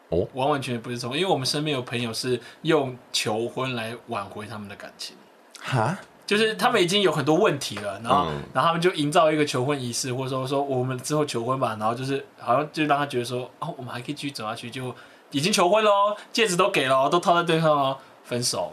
Speaker 2: 哦
Speaker 5: 完完全全不是冲，因为我们身边有朋友是用求婚来挽回他们的感情，
Speaker 2: 哈，
Speaker 5: 就是他们已经有很多问题了，然后、
Speaker 2: 嗯
Speaker 5: 然后他们就营造一个求婚仪式，或者说说我们之后求婚吧，然后就是好像就让他觉得说哦，我们还可以继续走下去，就已经求婚喽，戒指都给喽，都套在对方喽，分手，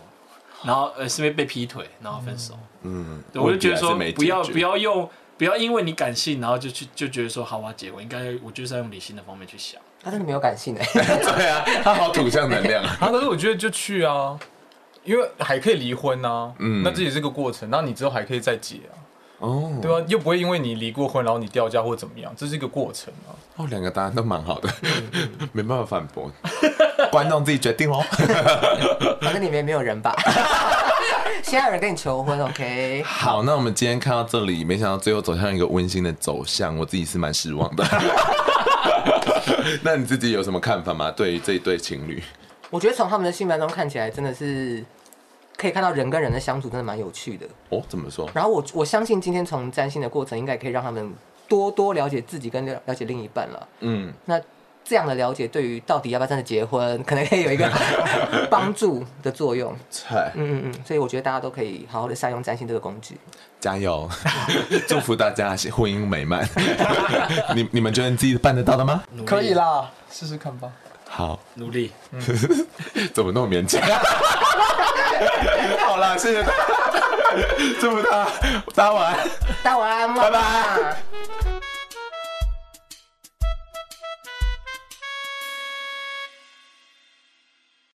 Speaker 5: 然后呃是因为被劈腿，然后分手，
Speaker 2: 嗯，
Speaker 5: 对，我就觉得说
Speaker 2: 问题还是没解
Speaker 5: 不要
Speaker 2: 决
Speaker 5: 不要用不要因为你感性，然后就去就觉得说好我要结婚，应该我就是要用理性的方面去想。
Speaker 3: 他真的没有感性哎。
Speaker 2: 对啊，他好土象能量啊。
Speaker 4: 啊，可是我觉得就去啊，因为还可以离婚啊，
Speaker 2: 嗯
Speaker 4: 那这也是个过程，然后你之后还可以再结啊，
Speaker 2: 哦，
Speaker 4: 对啊，又不会因为你离过婚，然后你掉价或怎么样，这是一个过程啊。
Speaker 2: 哦，两个答案都蛮好的， 没办法反驳，观众自己决定哦喽。
Speaker 3: 反正里面没有人吧？ 现在有人跟你求婚，OK？
Speaker 2: 好，那我们今天看到这里，没想到最后走向一个温馨的走向，我自己是蛮失望 的。那你自己有什么看法吗？对于这一对情侣，
Speaker 3: 我觉得从他们的性盘中看起来，真的是可以看到人跟人的相处真的蛮有趣的。
Speaker 2: 哦，怎么说？
Speaker 3: 然后我我相信今天从占星的过程，应该可以让他们多多了解自己跟了了解另一半了。
Speaker 2: 嗯，
Speaker 3: 那这样的了解，对于到底要不要真的结婚，可能可以有一个 帮助的作用。
Speaker 2: 菜，
Speaker 3: 嗯嗯嗯，所以我觉得大家都可以好好的善用占星这个工具。
Speaker 2: 加油， 祝福大家婚姻美满。 你你们觉得你自己办得到的吗？
Speaker 5: 努力
Speaker 4: 啦，试试看吧。
Speaker 2: 好，
Speaker 5: 努力。
Speaker 2: 怎么那么勉强？ 好啦，谢谢大家，祝福大家，大家晚安。
Speaker 3: 大家晚安，
Speaker 2: 拜拜。